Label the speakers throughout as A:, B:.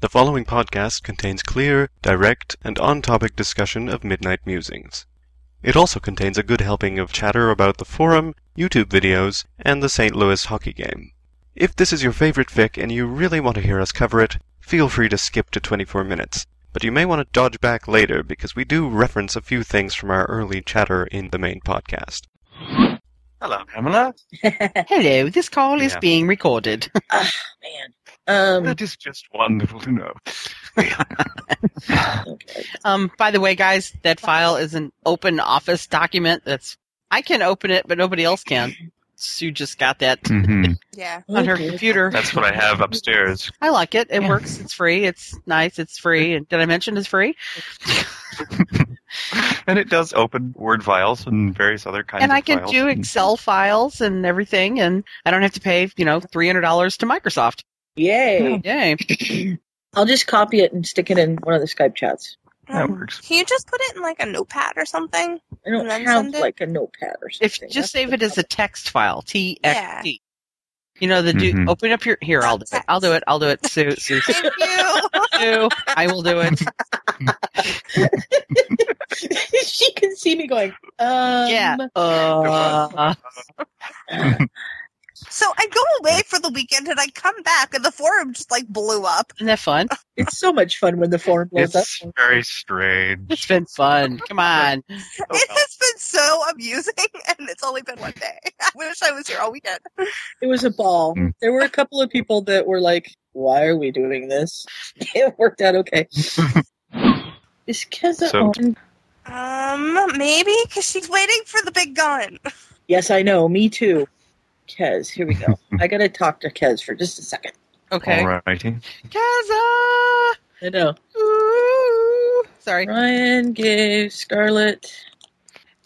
A: The following podcast contains clear, direct, and on topic discussion of Midnight Musings. It also contains a good helping of chatter about the forum, YouTube videos, and the St. Louis hockey game. If this is your favorite fic and you really want to hear us cover it, feel free to skip to 24 minutes. But you may want to dodge back later because we do reference a few things from our early chatter in the main podcast.
B: Hello, Pamela.
C: Hello, this call is
B: Yeah.
C: being recorded.
D: Ah, man. Um,
B: That is just wonderful to know.
D: okay.
C: Um, by the way, guys, that file is an open office document. That's I can open it, but nobody else can. Sue just got that
B: mm-hmm.
E: Yeah.
C: on her
D: Okay.
C: computer.
B: That's what I have upstairs.
C: I like it. It
B: Yeah.
C: works. It's free. It's nice. It's free. And did I mention it's free?
B: And it does open Word files and various other kinds
C: and
B: of
C: I can
B: files. Mm-hmm.
C: do Excel files and everything, and I don't have to pay, you know, three hundred dollars to Microsoft.
D: Yay.
C: Yay!
D: I'll just copy it and stick it in one of the Skype chats.
B: That
E: Um,
B: works.
E: Can you just put it in like a notepad or something?
D: I don't
E: And then
D: have
E: send it?
D: like a notepad or something.
C: If just
D: That's
C: save
D: the
C: it as a
D: problem.
C: text file, TXT.
E: Yeah.
C: You know the do
B: Mhm.
C: open up your here. I'll do it. I'll do it. I'll do it. Sue, Sue, Sue,
E: Thank you.
C: Sue. I will do it.
D: she can see me going. Um,
C: Yeah.
B: Uh,
E: so I go away for the weekend and I come back and the forum just like blew up.
C: Isn't that fun?
D: It's so much fun when the forum blows
B: It's
D: up.
B: very strange.
C: It's been fun. Come on.
B: Oh,
E: It
B: well.
E: has been so amusing and it's only been one day. I wish I was here all weekend.
D: It was a ball.
B: Mm.
D: There were a couple of people that were like, "Why are we doing this?" It worked out okay. Is Keza
B: So-
D: on?
E: Um, maybe because she's waiting for the big gun.
D: Yes, I know. Me too. Kez, here we go. I gotta talk to Kez for just a second.
C: Okay.
B: Alrighty.
C: Kaza!
D: I know.
C: Ooh. Sorry.
D: Ryan gave Scarlett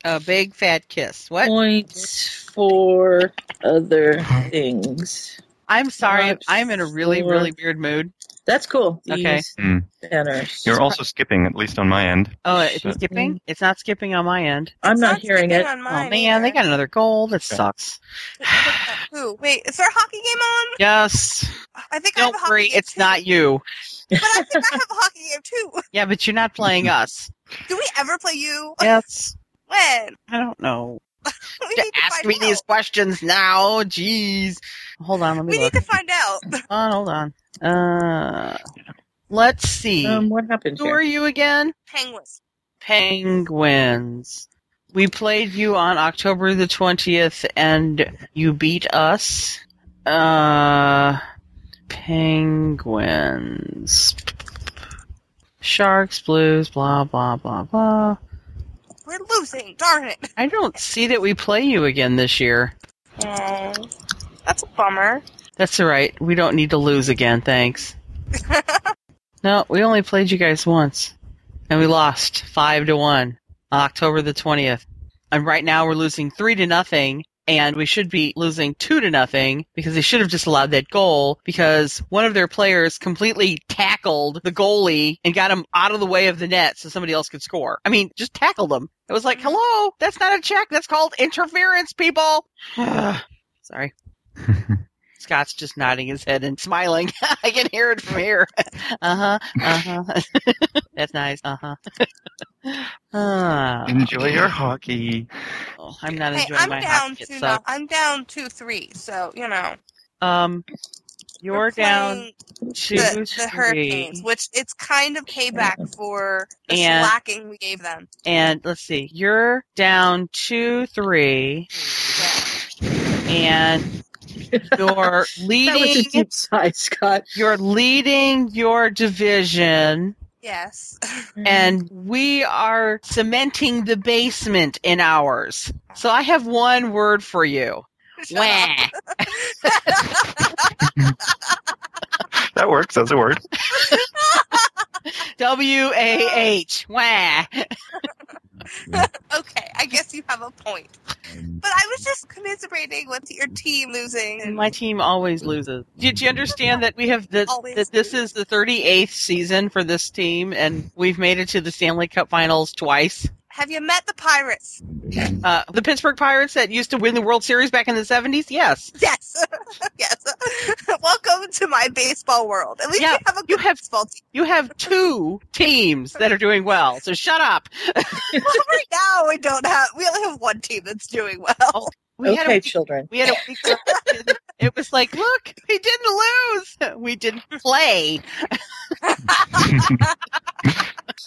C: A big fat kiss.
E: Oh,
C: What?
D: points for other things.
C: I'm sorry.
D: Five,
C: I'm in a really,
D: four.
C: really weird mood.
D: That's cool.
C: Okay.
D: These
B: Mm.
D: banners.
B: You're also skipping, at least on my end.
C: Oh, it's
B: Shit.
E: Mm.
C: skipping? It's not skipping on my end.
D: I'm
E: It's
D: not hearing
E: sticking
D: it.
E: On
C: Oh,
E: mine
C: man. They
E: either.
C: got another goal. That
B: Yeah.
C: sucks.
E: Ooh, wait, is there a hockey game on?
C: Yes.
E: I think I
C: Don't
E: have a hockey
C: worry.
E: game
C: It's
E: too.
C: not you.
E: But I think I have a hockey game too.
C: Yeah, but you're not playing us.
E: Do we ever play you?
C: Yes.
E: When?
C: I don't know.
E: We
C: To
E: need to
C: ask
E: find
C: me
E: out.
C: these questions now. Jeez. Hold on. Let me
E: We
C: look.
E: need to find out.
C: on, hold on. Uh, let's see.
D: Um, what happened
C: Who are
D: here?
C: you again?
E: Penguins.
C: Penguins. We played you on October the 20th and you beat us. Uh, penguins. Sharks, blues, blah, blah, blah, blah.
E: We're losing. Darn it.
C: I don't see that we play you again this year.
E: Oh, that's a bummer.
C: That's all right. We don't need to lose again. Thanks. no, we only played you guys once, and we lost five to one, on October the twentieth. And right now we're losing three to nothing, and we should be losing two to nothing because they should have just allowed that goal because one of their players completely tackled the goalie and got him out of the way of the net so somebody else could score. I mean, just tackled him. It was like, hello, that's not a check. That's called interference, people. Sorry. Scott's just nodding his head and smiling. I can hear it from here. Uh huh. Uh huh. That's nice. Uh huh. Uh,
B: Enjoy your hockey.
C: oh, I'm not
E: Hey,
C: enjoying
E: I'm
C: my
E: down
C: hockey. It
E: two. No,
C: sucks.
E: I'm down two three. So you know
C: Um, you're
E: we're
C: down
E: playing
C: two,
E: the,
C: three,
E: the Hurricanes, which it's kind of payback for the
C: And-
E: slacking we gave them.
C: and let's see. You're down two, three, and you're
D: That was a
C: leading.
D: deep sigh, Scott.
C: You're leading your division.
E: Yes.
D: Mm-hmm.
C: and we are cementing the basement in ours. So I have one word for you.
E: Shut up.
C: Wah.
B: That works. That's a word.
C: W A H. Wah.
E: okay, I guess you have a point. But I was just commiserating with your team losing.
C: And my team always loses. Did you understand that we have the
E: Always
C: that this
E: lose.
C: is the 38th season for this team and we've made it to the Stanley Cup finals twice.
E: Have you met the Pirates?
C: Uh, the Pittsburgh Pirates that used to win the World Series back in the 70s? Yes.
E: Yes. yes. Welcome to my baseball world. At least
C: Yeah,
E: we have a good
C: you have-
E: baseball team.
C: You have two teams that are doing well, so shut up.
E: Well, right now we don't have. We only have one team that's doing well.
C: Oh, We had a
D: Okay,
C: week-
D: children.
C: We had a week. where it was like, look, we didn't lose. We didn't play.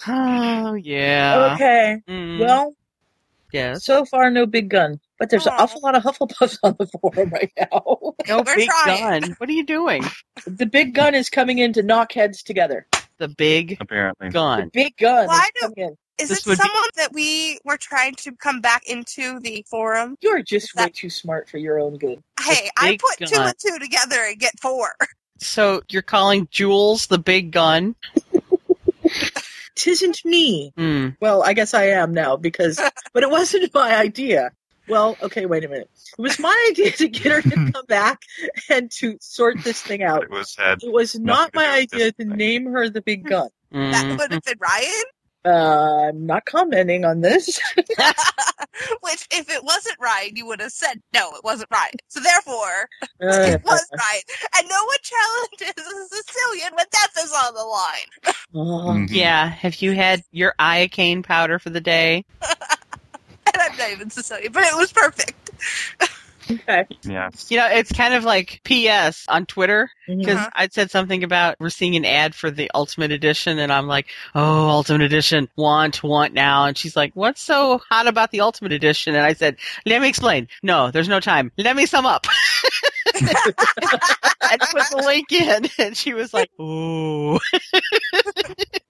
C: Oh yeah.
D: Okay.
C: Mm,
D: Well,
C: yes.
D: so far no big gun, but there's an
E: Aw.
D: awful lot of Hufflepuffs on the forum right now.
C: No
E: We're
C: big
E: trying.
C: gun. What are you doing?
D: the big gun is coming in to knock heads together.
C: The big
B: Apparently.
D: The
C: gun.
D: big gun
E: Why
D: is
E: do-
D: coming in.
E: Is
C: This
E: it
C: would be-
E: someone that we were trying to come back into the forum?
D: You're just way
E: That-
D: too smart for your own good.
E: Hey, I
C: big
E: put two
C: gun.
E: and two together and get four.
C: So you're calling Jules the big gun?
D: Tisn't me.
C: Hmm.
D: Well, I guess I am now because, but it wasn't my idea. Well, okay, wait a minute. It was my idea to get her to come back and to sort this thing out.
B: It was sad.
D: It was
B: Nothing to
D: not
B: do
D: my
B: with
D: idea to
B: this thing.
D: name her the
E: Hmm.
D: big gun.
E: That
C: Mm.
E: would have been Ryan.
D: Uh, I'm not commenting on this.
E: Which, if it wasn't Ryan, you would have said no, it wasn't Ryan. So therefore,
D: Uh,
E: it was Ryan, and no one challenges a Sicilian when death is on the line.
B: Hmm.
D: oh,
C: Yeah. Have you had your iocane powder for the day?
E: And I'm not even Sicilian, but it was perfect.
D: okay.
B: Yeah.
C: You know, it's kind of like PS on Twitter because
E: Mhm.
C: I said something about we're seeing an ad for the Ultimate Edition, and I'm like, "Oh, Ultimate Edition, want, want now." And she's like, "What's so hot about the Ultimate Edition?" And I said, "Let me explain. No, there's no time. Let me sum up." I put the link in, and she was like, "Ooh,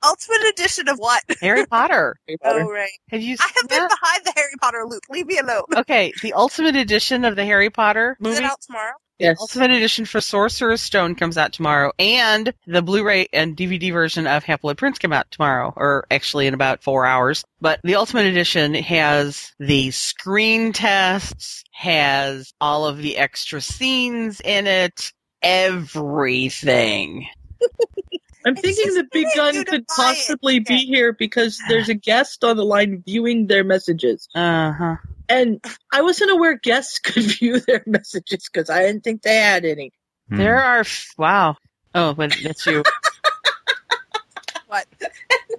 E: Ultimate edition of what?
C: Harry Potter.
E: Oh, right.
C: Have you?"
E: I
C: Seen
E: have been
C: that?
E: behind the Harry Potter loop. Leave me alone.
C: Okay, the Ultimate Edition of the Harry Potter
E: Is
C: movie.
E: it out tomorrow?
D: Yes.
C: Ultimate Edition for Sorcerer's Stone comes out tomorrow, and the Blu-ray and DVD version of Half Blood Prince come out tomorrow, or actually in about four hours. But the Ultimate Edition has the screen tests, has all of the extra scenes in it, everything.
D: I'm
E: It's
D: thinking
E: just
D: the big
E: really
D: gun
E: due to
D: could
E: bias.
D: possibly be here because there's a guest on the line viewing their messages.
C: Uh huh.
D: And I wasn't aware guests could view their messages because I didn't think they had any.
B: Hmm.
C: There are f- wow. Oh, but that's you.
E: What?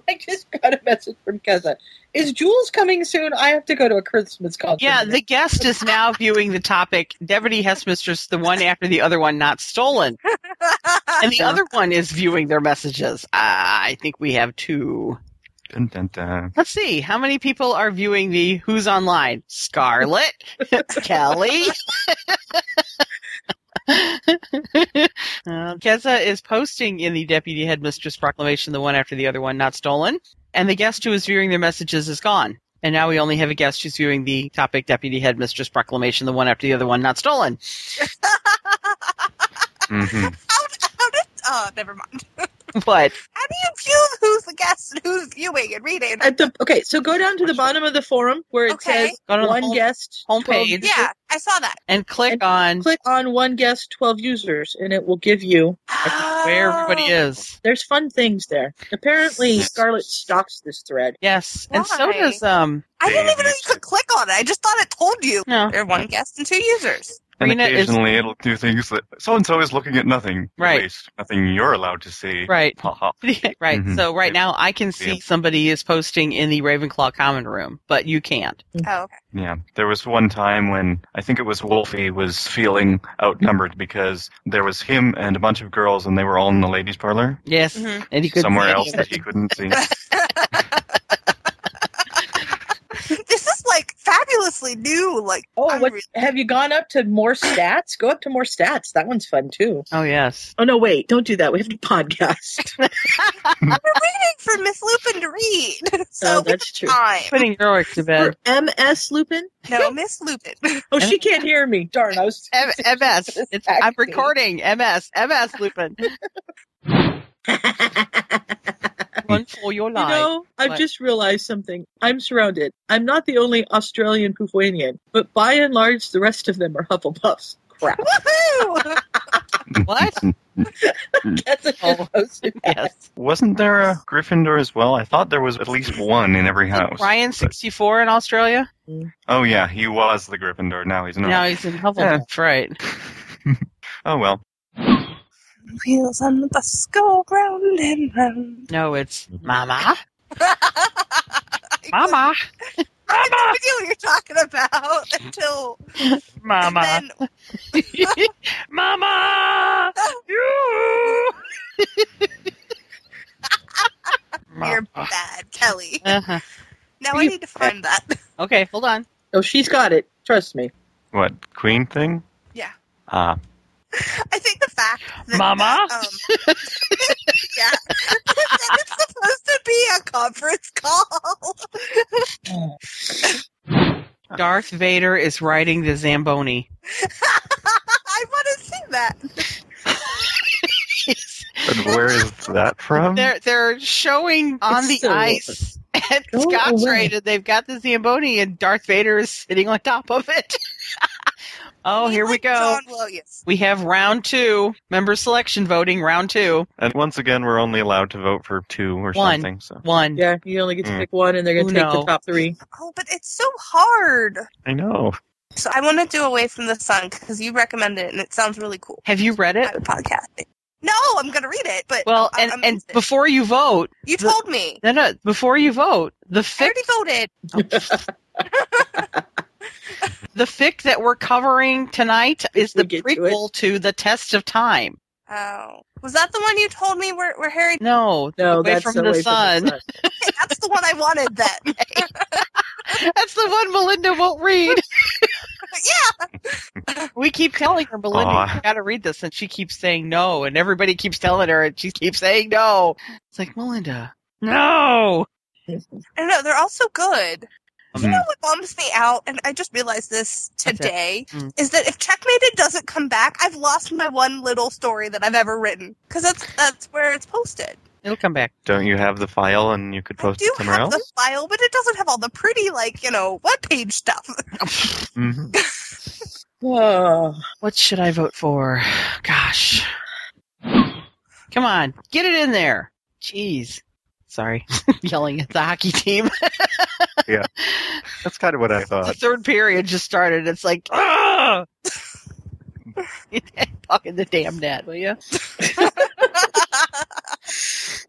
D: I just got a message from Keza. Is Jules coming soon? I have to go to a Christmas concert.
C: Yeah, the guest is now viewing the topic Deputy Housemisters, the one after the other one, not stolen. And the other one is viewing their messages. Ah, I think we have two.
B: Hmm. Dun, dun, dun.
C: Let's see. How many people are viewing the Who's Online? Scarlett? Kelly? Uh, Keza is posting in the Deputy Headmistress Proclamation, the one after the other one, not stolen. And the guest who is viewing their messages is gone. And now we only have a guest who's viewing the topic Deputy Headmistress Proclamation, the one after the other one, not stolen.
B: Mhm.
E: How, how did? Oh, never mind.
C: But
E: How do you view who's the guest and who's viewing and reading?
D: At the okay, so go down to the bottom of the forum where it
E: Okay.
D: says
C: go to the
D: one
C: home-
D: guest, 12
C: homepage.
E: Yeah, I saw that.
C: and click
D: And
C: on
D: click on one guest, 12 users, and it will give you.
C: where everybody
E: Oh,
D: Ah.
C: is.
D: There's fun things there. Apparently, Scarlet stalks this thread.
C: Yes, and so
E: Why?
C: does um.
E: I didn't even know you
B: Amazing.
E: could click on it. I just thought it told you.
C: No,
E: There are one guest and two users.
B: And
C: Rena is-
B: occasionally it'll do things that so and so is looking at nothing. at
C: Right.
B: least. Nothing you're allowed to see.
C: right.
B: Ha ha.
C: right.
B: Mhm.
C: So right now I can see
B: Yeah.
C: somebody is posting in the Ravenclaw common room, but you can't.
E: Oh, okay.
B: Yeah, there was one time when I think it was Wolfie was feeling outnumbered because there was him and a bunch of girls, and they were all in the ladies' parlor
C: Yes,
E: Mhm.
C: and you could
B: somewhere else that he couldn't see.
E: This is like fabulously new. Like,
D: Oh,
E: I
D: what
E: re-
D: have you gone up to more stats? Go up to more stats. That one's fun too.
C: Oh yes.
D: Oh no, wait! Don't do that. We have to podcast.
E: I've been waiting for Miss Lupin to read.
D: oh,
E: So we
D: that's true.
E: time.
C: Putting Eric to bed.
D: For MS Lupin.
E: No, Miss Lupin.
D: Oh, she can't hear me. Darn, I was.
C: M- MS. It's, I'm
D: Acting.
C: recording. MS. MS Lupin. Run for your
D: You
C: life.
D: know, I've
C: What?
D: just realized something. I'm surrounded. I'm not the only Australian Pufwanian, but by and large, the rest of them are Hufflepuffs. Crap.
E: Woohoo!
C: what?
D: That's a
C: Oh.
D: posted that.
C: Yes.
B: Wasn't there a Gryffindor as well? I thought there was at least one in every house.
C: Ryan sixty four in Australia.
B: Oh yeah, he was the Gryffindor. Now he's not.
C: Now he's in Hufflepuff. Right.
B: Oh well.
E: wheels on the bus go round and round.
C: No, it's
B: Mm-hmm.
C: Mama.
E: I
C: Mama.
E: couldn't idea what you're talking about until and
C: Mama.
E: then
C: Mama. You.
E: you're
C: Mama.
E: bad, Kelly.
C: Uh-huh.
E: Now I need to find that.
C: Okay, hold on.
D: Oh, she's got it. Trust me.
B: What Queen thing?
E: Yeah.
B: Ah,
E: I think the fact that
C: Mama?
E: um, yeah, that it's supposed to be a conference call.
C: Darth Vader is riding the Zamboni.
E: I want to see that.
B: but where is that from?
C: They're they're showing on the
D: so
C: ice at
D: Go away.
C: Scottrade, and they've got the Zamboni, and Darth Vader is sitting on top of it. oh, here we
E: Like
C: go.
E: John Williams.
C: We have round two, member selection voting. Round two,
B: And once again, we're only allowed to vote for two or
C: One.
B: something. So
C: one.
D: Yeah, you only get to
B: Mm.
D: pick one, and they're going to take
C: Uno.
D: the top three.
E: Oh, but it's so hard.
B: I know.
E: So I want to do Away from the Sun because you recommend it and it sounds really cool.
C: Have you read it?
E: I'm podcasting. No, I'm gonna read it. But
C: Well,
E: I-
C: and
E: I'm
C: and
E: interested.
C: before you vote,
E: you
C: the-
E: told me.
C: no, no, before you vote, the
E: I
C: fic,
E: already voted.
C: the fic that we're covering tonight is
D: We
C: the
D: get to it.
C: prequel to the Test of Time.
E: Oh, was that the one you told me where, where Harry?
C: No,
D: No,
C: away
D: that's
C: from
D: the
C: the
D: way
C: sun.
D: sun.
E: That's the one I wanted then.
C: that's the one Melinda won't read.
E: yeah,
C: We keep telling her, Melinda,
B: Aw.
C: you gotta read this, and she keeps saying no, and everybody keeps telling her, and she keeps saying no. It's like, Melinda, no!
E: I don't know. They're all so good. You
B: Hmm.
E: know what bums me out, and I just realized this
C: What's that?
E: today,
C: Mm.
E: is that if Checkmated doesn't come back, I've lost my one little story that I've ever written because that's that's where it's posted.
C: It'll come back.
B: Don't you have the file and you could post
E: I do
B: it somewhere
E: have
B: else?
E: the file, but it doesn't have all the pretty like you know web page stuff.
B: hmm
D: Oh,
C: What should I vote for? Gosh. Come on, get it in there. Jeez. Sorry, yelling at the hockey team.
B: That's kind of what I
C: the
B: thought.
C: third period just started. It's like, ah! Puck in the damn net, will you?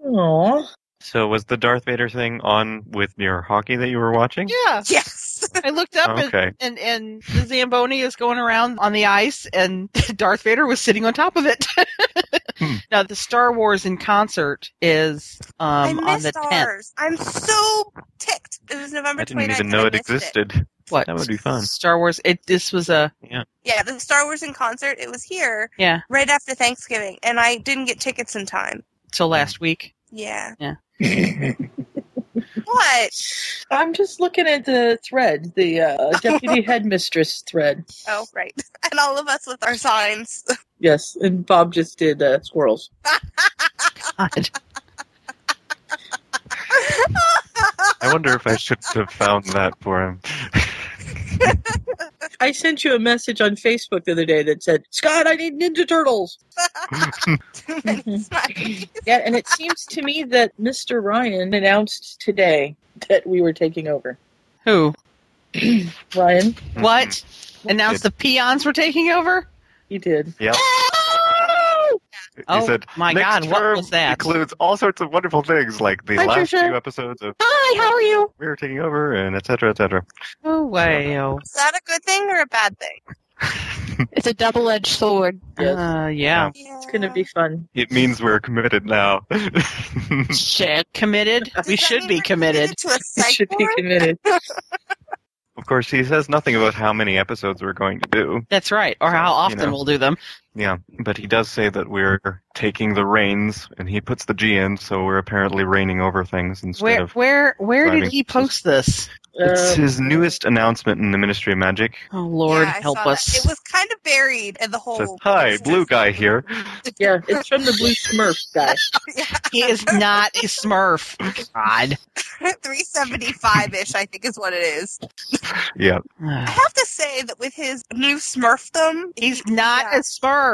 D: Aw.
B: So was the Darth Vader thing on with your hockey that you were watching?
C: Yeah,
E: yes,
C: I looked up and
B: Okay.
C: and and the Zamboni is going around on the ice, and Darth Vader was sitting on top of it.
B: Hmm.
C: Now the Star Wars in concert is
E: I
C: um, on the
E: missed
C: tenth.
E: ours. I'm so ticked. It was November.
B: I didn't
E: 29th,
B: even
E: and
B: know
E: I
B: it
E: missed
B: existed.
C: What
B: That would be fun.
C: Star Wars. It this was uh, a
E: Yeah, the Star Wars in concert. It was here
C: yeah
E: right after Thanksgiving, and I didn't get tickets in time.
C: till last week.
E: Yeah.
C: Yeah.
E: what?
D: I'm just looking at the thread, the uh, deputy headmistress thread.
E: Oh, right. And all of us with our signs.
D: Yes, and Bob just did uh, squirrels.
C: God.
B: I wonder if I should have found that for him.
D: I sent you a message on Facebook the other day that said, "Scott, I need Ninja Turtles."
E: Too many smileys.
D: Yeah, and it seems to me that Mr. Ryan announced today that we were taking over.
C: Who?
D: Ryan,
B: Mm-hmm.
C: What? Announced the peons were taking over.
D: he did.
B: Yep. He
C: Oh
B: said,
C: my
B: "Next
C: God! What
B: term
C: was that?
B: Includes all sorts of wonderful things like the
D: Hi,
B: last
D: Trisha.
B: few episodes of
D: Hi, how are you?
B: We Were Taking Over and etc. etc.
C: Oh way! Oh.
E: Is that a good thing or a bad thing?
F: It's a double edged sword.
D: Yes.
C: Uh, yeah.
E: Yeah.
D: It's gonna be fun.
B: It means we're committed now.
F: Shit.
C: Committed. We should be committed.
E: to a
D: It
E: psych
D: should be
E: ward?
D: committed.
B: of course, he says nothing about how many episodes we're going to do.
C: That's right. Or how
B: So, you
C: often
B: know.
C: we'll do them.
B: Yeah, but he does say that we're taking the reins, and he puts the G in, so we're apparently reigning over things instead
C: Where
B: of.
C: where where did
B: driving.
C: he post this?
B: It's
D: Uh,
B: his newest announcement in the Ministry of Magic.
C: Oh Lord,
E: Yeah, I
C: help
E: saw that.
C: us!
E: It was kind of buried in the whole.
B: Says, "Hi, blue guy here."
D: yeah, it's from the Blue Smurf guy.
C: He is not a Smurf. God.
E: 375 ish, I think is what it is.
B: Yeah,
E: I have to say that with his new smurfdom,
C: He's not a Smurf.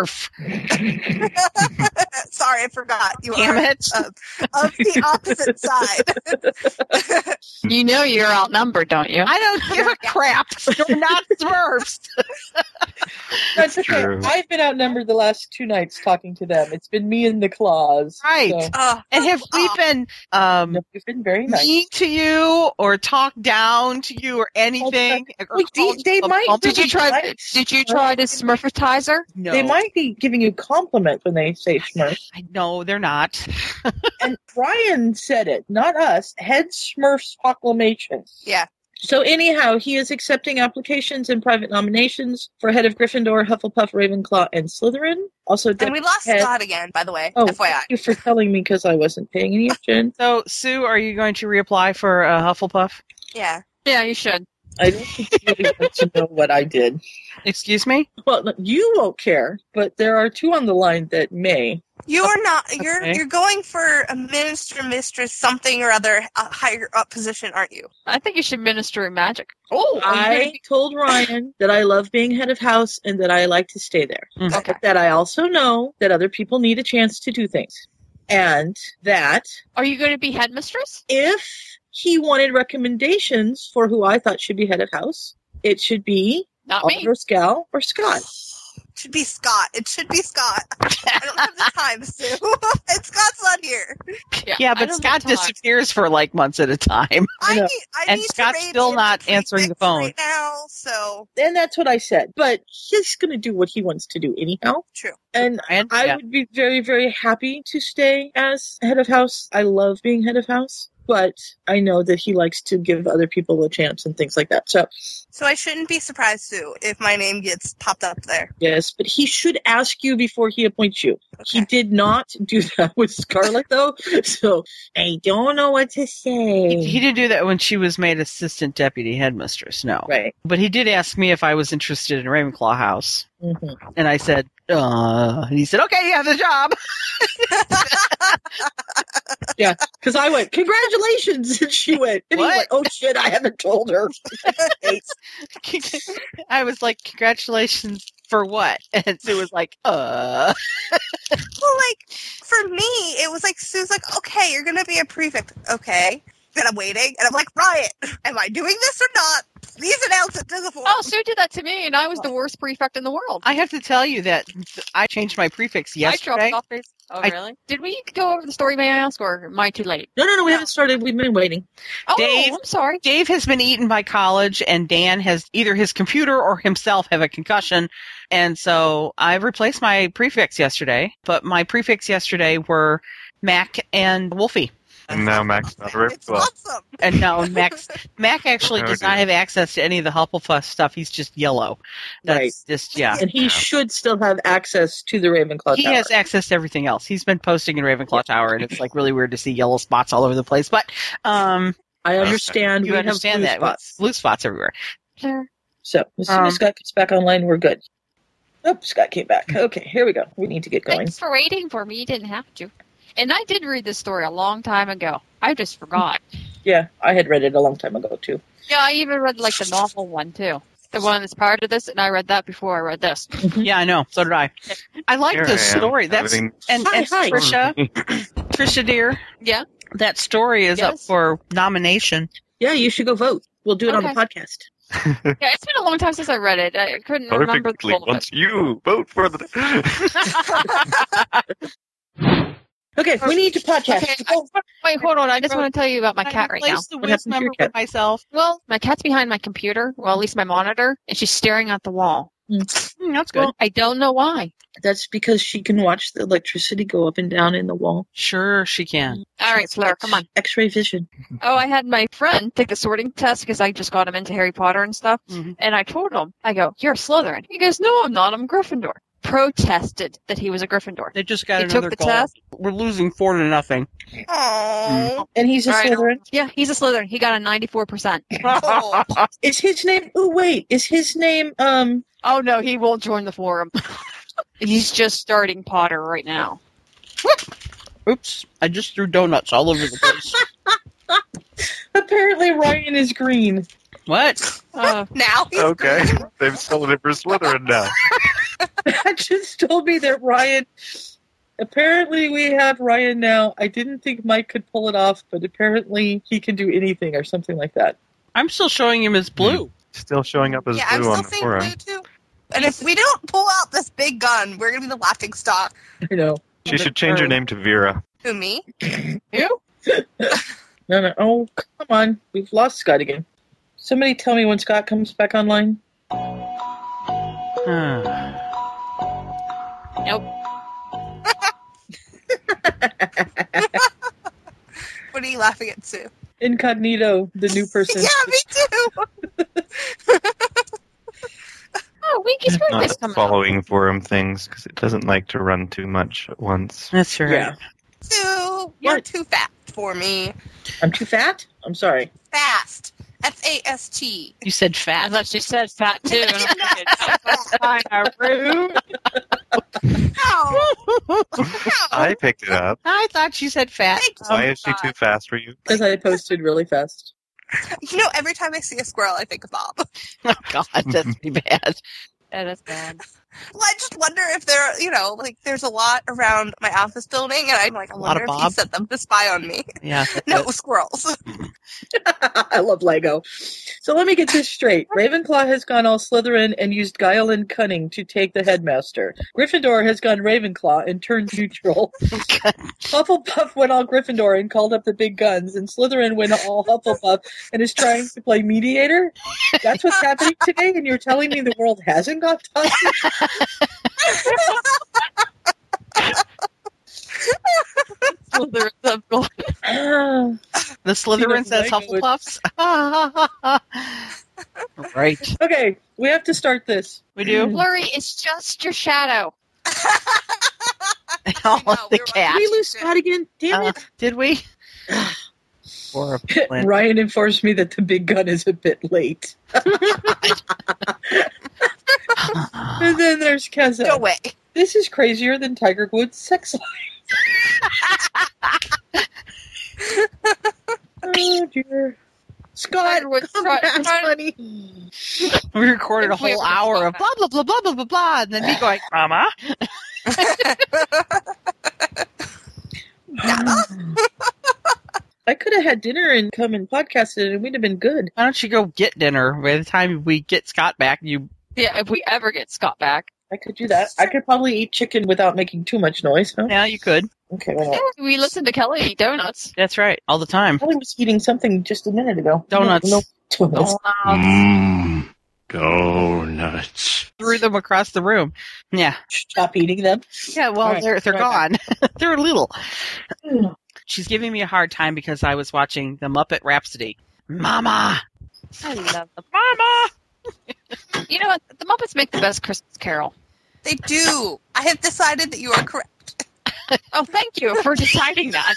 E: sorry, I forgot. You
C: Damn
E: are
C: it.
E: of the opposite side.
F: You know you're number, don't you?
C: I don't give a crap. You're not Smurfs.
D: That's okay.
B: True.
D: I've been outnumbered the last two nights talking to them. It's been me and the claws.
C: Right.
D: So,
E: Uh,
C: And have we been um,
D: no, you've been very nice.
C: mean to you or talk down to you or anything? Or
D: Well, they-
C: called you
D: they
C: a
D: might
C: bump-
F: Um, Did you try?
D: Nice.
F: Did you try to smurfitize her?
C: No.
D: They might be giving you compliments when they say Smurf.
C: I- No, they're not.
D: and Brian said it, not us. Head Smurf's proclamation.
E: Yeah.
D: So anyhow, he is accepting applications and private nominations for head of Gryffindor, Hufflepuff, Ravenclaw, and Slytherin. Also,
E: and
D: Deb,
E: we lost
D: Ted-
E: Scott again, by the way.
D: Oh.
E: FYI.
D: thank you for telling me because I wasn't paying any attention.
C: So, Sue, are you going to reapply for uh, Hufflepuff?
E: Yeah.
F: Yeah, you should.
D: I don't think you really want to know what I did.
C: Excuse me?
D: Well, you won't care, but there are two on the line that may.
E: You are not. You're
C: Okay.
E: you're going for a minister, mistress, something or other, a higher up position, aren't you?
F: I think you should minister of magic.
D: Oh,
F: are you gonna
D: I told Ryan that I love being head of house and that I like to stay there.
E: Okay.
D: That I also know that other people need a chance to do things. And that
F: Are you going to be headmistress?
D: if he wanted recommendations for who I thought should be head of house, it should be
F: Not me.
D: Oliver Scow or Scott.
E: Should be Scott. It should be Scott. I don't have the time, Sue. it's Scott's not here.
C: Yeah,
F: I
C: but
F: don't
C: Scott
F: get to talk.
C: disappears for like months at a time.
E: I
D: know.
E: need. I
C: And
E: need
C: Scott's
E: to raid
C: still
E: him
C: not
E: for
C: answering the
E: prefix
C: phone.
E: right now. So
D: And that's what I said. But he's going to do what he wants to do anyhow.
E: true.
D: And
C: Brian?
D: I
C: Yeah.
D: would be very, very happy to stay as head of house. I love being head of house, but I know that he likes to give other people a chance and things like that. So,
E: So I shouldn't be surprised, Sue, if my name gets popped up there.
D: yes, but he should ask you before he appoints you. He
E: Okay.
D: did not do that with Scarlett, though. So, I don't know what to say.
C: He, he didn't do that when she was made assistant deputy headmistress, no.
D: right.
C: But he did ask me if I was interested in Ravenclaw House.
D: Mhm.
C: And I said, uh, and he said, okay, you have the job.
D: Because I went, congratulations, and she went, and he
C: What?
D: went, oh shit, I haven't told her.
C: I was like, congratulations for what? And Sue was like, uh,
E: Well, like for me, it was like Sue's like, okay, you're gonna be a prefect, okay. And I'm waiting, and I'm like, Riot, am I doing this or not? Please announce it to the forum.
F: Oh, Sue did that to me, and I was the worst prefect in the world.
C: I have to tell you that I changed my prefix
F: I
C: yesterday.
F: dropped off. this- Oh,
C: I-
F: really? Did we go over the story? May I ask, or am I too late?
D: No, no, no, we haven't started. We've been waiting.
F: Oh,
C: Dave-
F: I'm sorry.
C: Dave has been eaten by college, and Dan has either his computer or himself have a concussion. And so I replaced my prefix yesterday, but my prefix yesterday were Mac and Wolfie.
B: And now Max not a Ravenclaw.
E: It's awesome.
C: And no, Mac's, Mac actually
B: Oh,
C: does
B: dear.
C: not have access to any of the Hufflepuff stuff. He's just yellow. That's
D: Right.
C: just, yeah.
D: And he should still have access to the Ravenclaw
C: he
D: Tower.
C: has access to everything else. He's been posting in Ravenclaw Tower, and it's like really weird to see yellow spots all over the place. But um,
D: I
B: Okay.
D: understand.
C: you
D: we
C: understand that
D: have blue
C: It's
D: spots.
C: blue spots everywhere.
F: Sure.
D: So as soon
C: Um,
D: as Scott gets back online, we're good. Oh, Scott came back. Okay, here we go. We need to get going.
F: Mm-hmm. Thanks for waiting for me. You didn't have to. And I did read this story a long time ago. I just forgot.
D: Yeah, I had read it a long time ago too.
F: Yeah, I even read like the novel one too, the one that's prior to this, and I read that before I read this.
D: Mm-hmm.
C: Yeah, I know. So did I. I like
B: Here
C: the
B: I am,
C: story. That's and,
B: having-
C: and
D: Hi, hi.
C: Trisha, Trisha dear,
F: Yeah.
C: that story is up
F: Yes.
C: for nomination.
D: Yeah, you should go vote. We'll do it on
F: Okay.
D: the podcast.
F: Yeah, it's been a long time since I read it. I couldn't remember the
B: Perfectly.
F: whole of it.
B: Once you vote for the.
D: Okay, we need to podcast.
F: Okay.
D: Oh,
F: Wait, hold on. I just want to tell you about my cat right now.
C: replaced the
D: What
C: Wiz
D: happened to your
C: member
D: cat?
C: with myself.
F: Well, my cat's behind my computer, well, at least my monitor, and she's staring at the wall.
C: Hmm, that's good.
D: Well,
F: I don't know why.
D: that's because she can watch the electricity go up and down in the wall.
C: sure, she
D: mm.
C: can.
F: All right, Fleur, come on.
D: X-ray vision.
F: Oh, I had my friend take the sorting test because I just got him into Harry Potter and stuff.
C: Mhm.
F: And I told him, I go, you're a Slytherin. He goes, no, I'm not. I'm Gryffindor. Protested that he was a Gryffindor.
C: They just got
F: He took
C: another
F: the
C: goal.
F: test?
C: We're losing four to nothing.
E: Oh,
D: And he's a
F: All right.
D: Slytherin.
F: Yeah, he's a Slytherin. He got a 94%.
E: Oh.
D: Is his name? Oh wait, is his name? Um,
F: Oh, no, he won't join the forum. he's just starting Potter right now.
C: Oops, I just threw donuts all over the place.
D: apparently Ryan is green.
C: what?
F: Uh,
E: now he's
B: okay,
E: green.
B: they've sold it for Slytherin now.
D: That just told me that Ryan. Apparently, we have Ryan now. I didn't think Mike could pull it off, but apparently he can do anything or something like that.
C: I'm still showing him as blue.
B: Still showing up as
E: yeah, I'm
B: blue on the
E: still saying
B: forum.
E: blue too. And if we don't pull out this big gun, we're gonna be the laughing stock.
D: You know.
B: She should change her name to Vera.
E: Who me?
D: You? no, no. Oh, come on. We've lost Scott again. Somebody tell me when Scott comes back online.
C: Ah.
E: What are you laughing at, Sue?
D: Incognito, the new person.
E: yeah, me too.
F: Oh, Winky's
B: Not
F: birthday's coming up.
B: following forum things because it doesn't like to run too much at once.
C: That's right.
D: Yeah.
E: Sue, you're
D: What?
E: too fat for me.
D: I'm too fat? I'm sorry.
E: Fast. F A S T.
C: You said
F: I
C: fat.
F: thought she said fat too. and I'm thinking, "Oh, that's kinda rude."
E: Ow. Ow.
B: I picked it up.
C: I thought you said fat.
E: Thank you.
B: Why is she too fast for you?
D: Because I posted really fast.
E: You know, every time I see a squirrel, I think of Bob.
C: Oh God, that's pretty bad.
F: That is bad.
E: Well, I just wonder if there, you know, like there's a lot around my office building, and I'm like, I
C: A lot
E: wonder
C: of
E: if he
C: Bob?
E: sent them to spy on me.
C: Yeah.
E: No, squirrels.
D: I love Lego. So let me get this straight. Ravenclaw has gone all Slytherin and used guile and cunning to take the headmaster. Gryffindor has gone Ravenclaw and turned neutral. Hufflepuff went all Gryffindor and called up the big guns, and Slytherin went all Hufflepuff and is trying to play mediator. That's what's happening today, and you're telling me the world hasn't got toxic?
F: Slytherin's up going,
D: Ah,
C: The Slytherin
D: doesn't
C: says
D: like it.
C: Hufflepuffs. right.
D: okay, we have to start this.
C: We do.
F: Flurry, it's just your shadow.
C: All
E: know,
C: of the
E: we were like,
D: Did
C: cat.
D: we lose Scott again? Damn
C: Uh,
D: it.
C: did we? Horrible. Lynn.
D: Ryan informs me that the big gun is a bit late. And then there's Keza.
E: No way.
D: This is crazier than Tiger Woods' sex life. oh dear. Scott,
F: Tiger Woods
D: come
F: tried-
D: back,
F: tried-
D: honey.
C: we recorded a
F: If we
C: whole
F: were to
C: hour
F: go
C: of blah blah blah blah blah blah blah, and then me going, "Mama,
D: I could have had dinner and come and podcasted, and we'd have been good.
C: why don't you go get dinner?" By the time we get Scott back, you
F: Yeah, if we ever get Scott back.
D: I could do that. I could probably eat chicken without making too much noise. Huh?
C: now you could.
D: Okay, well,
F: We listened to Kelly eat donuts.
C: That's right, all the time.
D: I was eating something just a minute ago.
C: Donuts.
D: No, no,
F: Oh,
D: donuts.
G: Mmm. Donuts.
C: Threw them across the room. Yeah,
D: Stop eating them.
C: yeah. Well,
D: Right,
C: they're they're
D: right.
C: gone. they're little. She's giving me a hard time because I was watching the Muppet Rhapsody. Mama,
F: I love them.
C: mama.
F: You know what? The Muppets make the best Christmas Carol.
E: They do. I have decided that you are correct.
F: Oh, thank you for deciding that.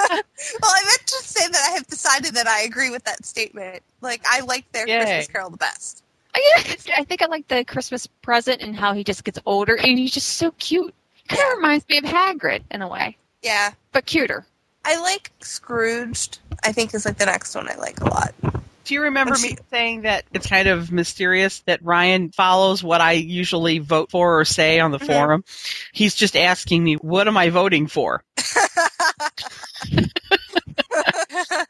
E: Well, I meant to say that I have decided that I agree with that statement. Like, I like their
C: Yay.
E: Christmas Carol the best.
F: I, I think I like the Christmas present and how he just gets older and he's just so cute. Kind of reminds me of Hagrid in a way,
E: Yeah.
F: but cuter.
E: I like Scrooged, I think is like the next one I like a lot.
C: Do you remember
E: Let's
C: me
E: see.
C: saying that it's kind of mysterious that Ryan follows what I usually vote for or say on the
D: Mm-hmm.
E: Mhm.
C: forum? He's just asking me, what am I voting for? I-,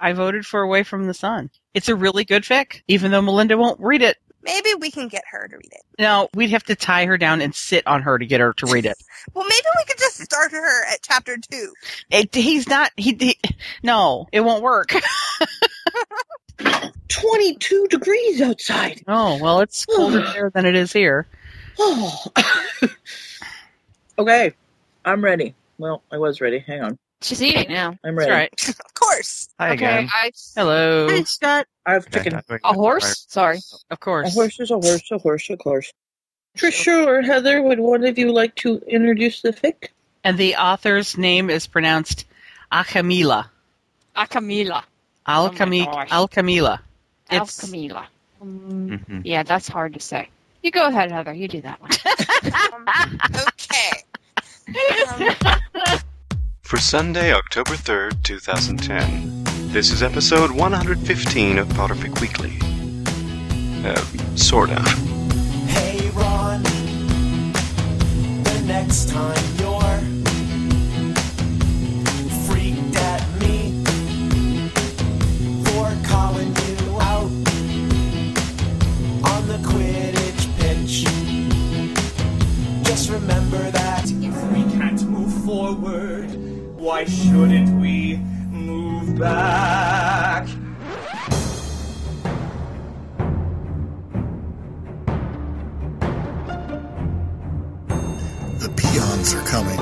C: I voted for Away from the Sun. It's a really good fic, even though Melinda won't read it.
E: Maybe we can get her to read it.
C: No, we'd have to tie her down and sit on her to get her to read it.
E: Well, maybe we could just start her at chapter two.
C: it he's not, he, he, no, it won't work.
D: 22 degrees outside.
C: Oh, well, it's colder there than it is here.
D: Oh. okay, I'm ready. Well, I was ready. Hang on.
F: She's eating now.
D: I'm
C: That's
D: ready.
C: right.
E: Of course.
B: Hi
F: okay,
B: again.
F: I,
C: Hello.
D: Hey, Scott. I have
B: Okay,
D: chicken.
B: I'm doing
F: a
B: good.
F: horse. Sorry.
C: Of
D: A
C: course.
D: horse is a horse, a horse, a horse. Trisha or Heather, would one of you like to introduce the fic?
C: And the author's name is pronounced Acamila.
F: Acamila.
C: Al
F: my
C: Cami-
F: gosh.
C: Al Camila. It's-
F: Alcamila. Um,
B: Mhm.
F: yeah, that's hard to say. You go ahead, Heather. You do that one.
E: Um, okay. Um,
A: For Sunday, October 3rd, 2010. This is episode 115 of Potterfic Weekly. Uh, sorta.
H: Hey Ron, the next time you're freaked at me for cock
I: why shouldn't we move back?
J: The peons are coming.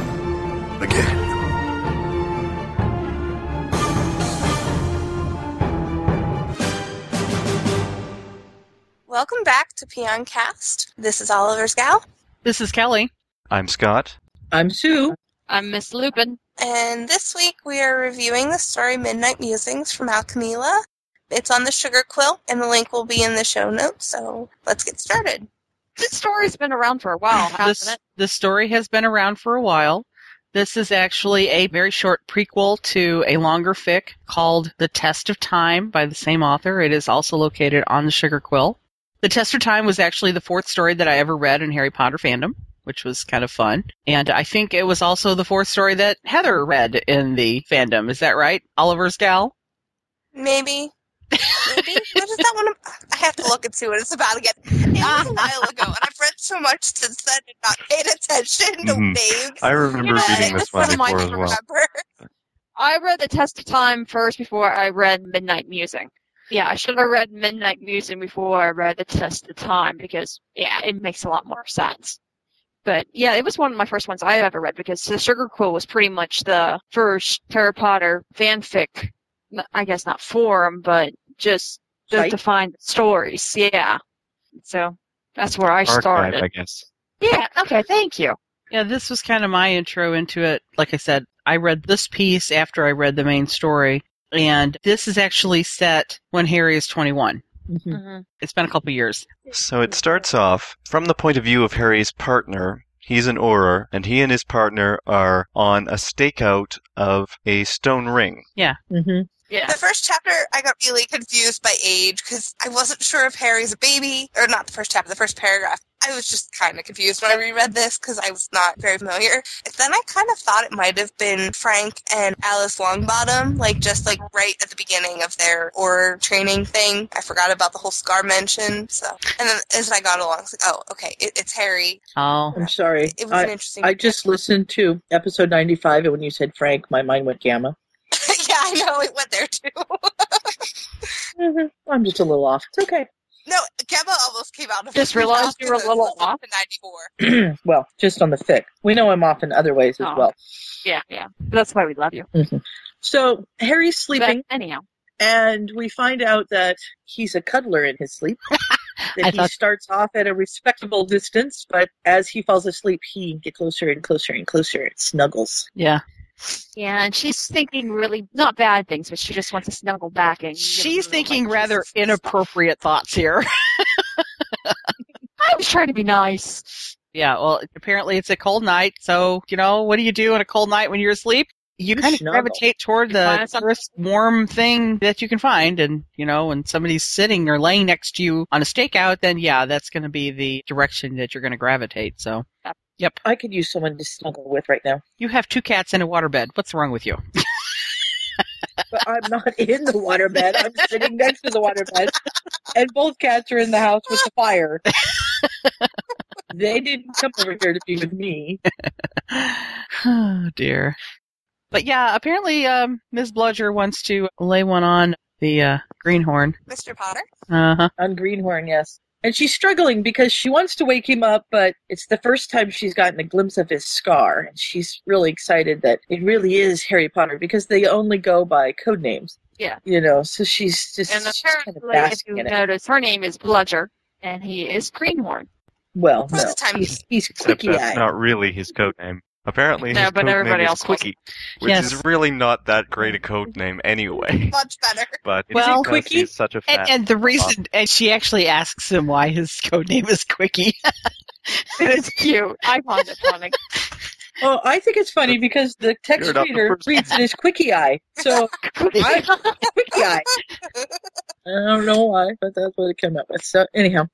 J: Again.
E: Welcome back to Peon Cast. This is Oliver's Gal,
C: This is Kelly.
A: I'm Scott.
D: I'm
C: Uh,
D: Sue.
F: I'm Miss Lupin.
E: and this week we are reviewing the story Midnight Musings from Alchemila. It's on the Sugar Quill, and the link will be in the show notes, so let's get started.
F: This story's been around for a while,
C: This
F: hasn't it?
C: the story has been around for a while. This is actually a very short prequel to a longer fic called The Test of Time by the same author. It is also located on the Sugar Quill. The Test of Time was actually the fourth story that I ever read in Harry Potter fandom, which was kind of fun. And I think it was also the fourth story that Heather read in the fandom. Is that right? Oliver's Gal?
E: Maybe. Maybe. what is that one? ab- I have to look and see what it's about again. It was a while ago, and I've read so much since then and not paid attention to
B: Mhm.
E: names.
B: I remember
F: You know,
B: reading this
E: It's
B: one
E: one of mine
B: before
E: to
B: as well.
E: remember.
F: I read The Test of Time first before I read Midnight Musing. Yeah, I should have read Midnight Musing before I read The Test of Time because, yeah, it makes a lot more sense. But yeah, it was one of my first ones I ever read because The Sugar Quill was pretty much the first Harry Potter fanfic, n- I guess not forum, but just to
D: Site?
F: define the stories. Yeah. So that's where I
B: Archive,
F: started.
B: I guess.
F: Yeah, okay, thank you.
C: Yeah, this was kind of my intro into it. Like I said, I read this piece after I read the main story, and this is actually set when Harry is 21.
D: Mhm.
F: Mm-hmm.
C: It's been a couple years.
A: So it starts off from the point of view of Harry's partner. He's an Auror, and he and his partner are on a stakeout of a stone ring.
D: Mm-hmm.
F: Yeah.
E: The first chapter, I got really confused by age because I wasn't sure if Harry's a baby or not. The first chapter, the first paragraph. I was just kind of confused when I reread this because I was not very familiar. And then I kind of thought it might have been Frank and Alice Longbottom, like just like right at the beginning of their or training thing. I forgot about the whole scar mention. So, and then as I got along, I was like, oh, okay, it, it's Harry.
C: Oh,
D: I'm sorry.
E: It was an
D: I,
E: interesting.
D: I just listened to episode 95, and when you said Frank, my mind went gamma.
E: yeah, I know it went there too.
D: hmm I'm just a little off. It's okay.
E: no, Gemma almost came out of
F: Just
E: it.
F: realized you were a
E: Because
F: little
E: it was
F: off.
E: in '94.
D: well, just on the thick. We know I'm off in other ways as
F: Oh.
D: well.
F: Yeah, yeah. That's why we love you.
D: So Harry's sleeping,
F: But anyhow.
D: and we find out that he's a cuddler in his sleep.
C: I
D: that he
C: thought-
D: starts off at a respectable distance, but as he falls asleep, he gets closer and closer and closer and snuggles.
C: yeah.
F: Yeah, and she's thinking really not bad things, but she just wants to snuggle back and.
C: She's
F: Like,
C: thinking
F: Jesus,
C: rather
F: this is-
C: inappropriate thoughts here.
F: I was trying to be nice.
C: yeah, well, apparently it's a cold night, so, you know, what do you do on a cold night when you're asleep? You kind of
D: snuggle.
C: gravitate toward the
F: find something-
C: first warm thing that you can find, and, you know, when somebody's sitting or laying next to you on a stakeout, then yeah, that's going to be the direction that you're going to gravitate, so.
D: I could use someone to snuggle with right now,
C: You have two cats in a waterbed. What's wrong with you?
D: but I'm not in the waterbed. I'm sitting next to the waterbed, and both cats are in the house with the fire. they didn't come over here to be with me.
C: oh dear. But yeah, apparently um, Ms. Bludger wants to lay one on the uh, greenhorn.
E: Mr. Potter?
C: Uh huh.
D: On Greenhorn, yes. And she's struggling because she wants to wake him up, but it's the first time she's gotten a glimpse of his scar, and she's really excited that it really is Harry Potter because they only go by code names.
F: Yeah.
D: You know, so she's just
F: And
D: she's kind of
F: apparently, if you
D: basking in it.
F: notice, her name is Bludger, and he is Greenhorn.
D: Well,
E: For
D: no,
E: the time
D: he's, he's
B: Except
D: clicky
B: that's
D: eyed.
B: not really his code name.
A: Apparently,
F: No,
A: his
F: but
A: code
F: everybody
A: name
F: else
A: is
F: was-
A: Quickie, which
C: Yes.
A: is really not that great a code name anyway.
E: Much better.
B: But it's
C: Well,
B: because
D: Quickie-
B: he's such a fan.
C: And, and the reason, and she actually asks him why his code name is Quickie.
F: It is cute. I found it funny.
D: Oh, I think it's funny because the text
B: You're not the
D: reader
B: first-
D: reads it as quicky eye. So I, quicky eye. I don't know why, but that's what it came up with. So anyhow,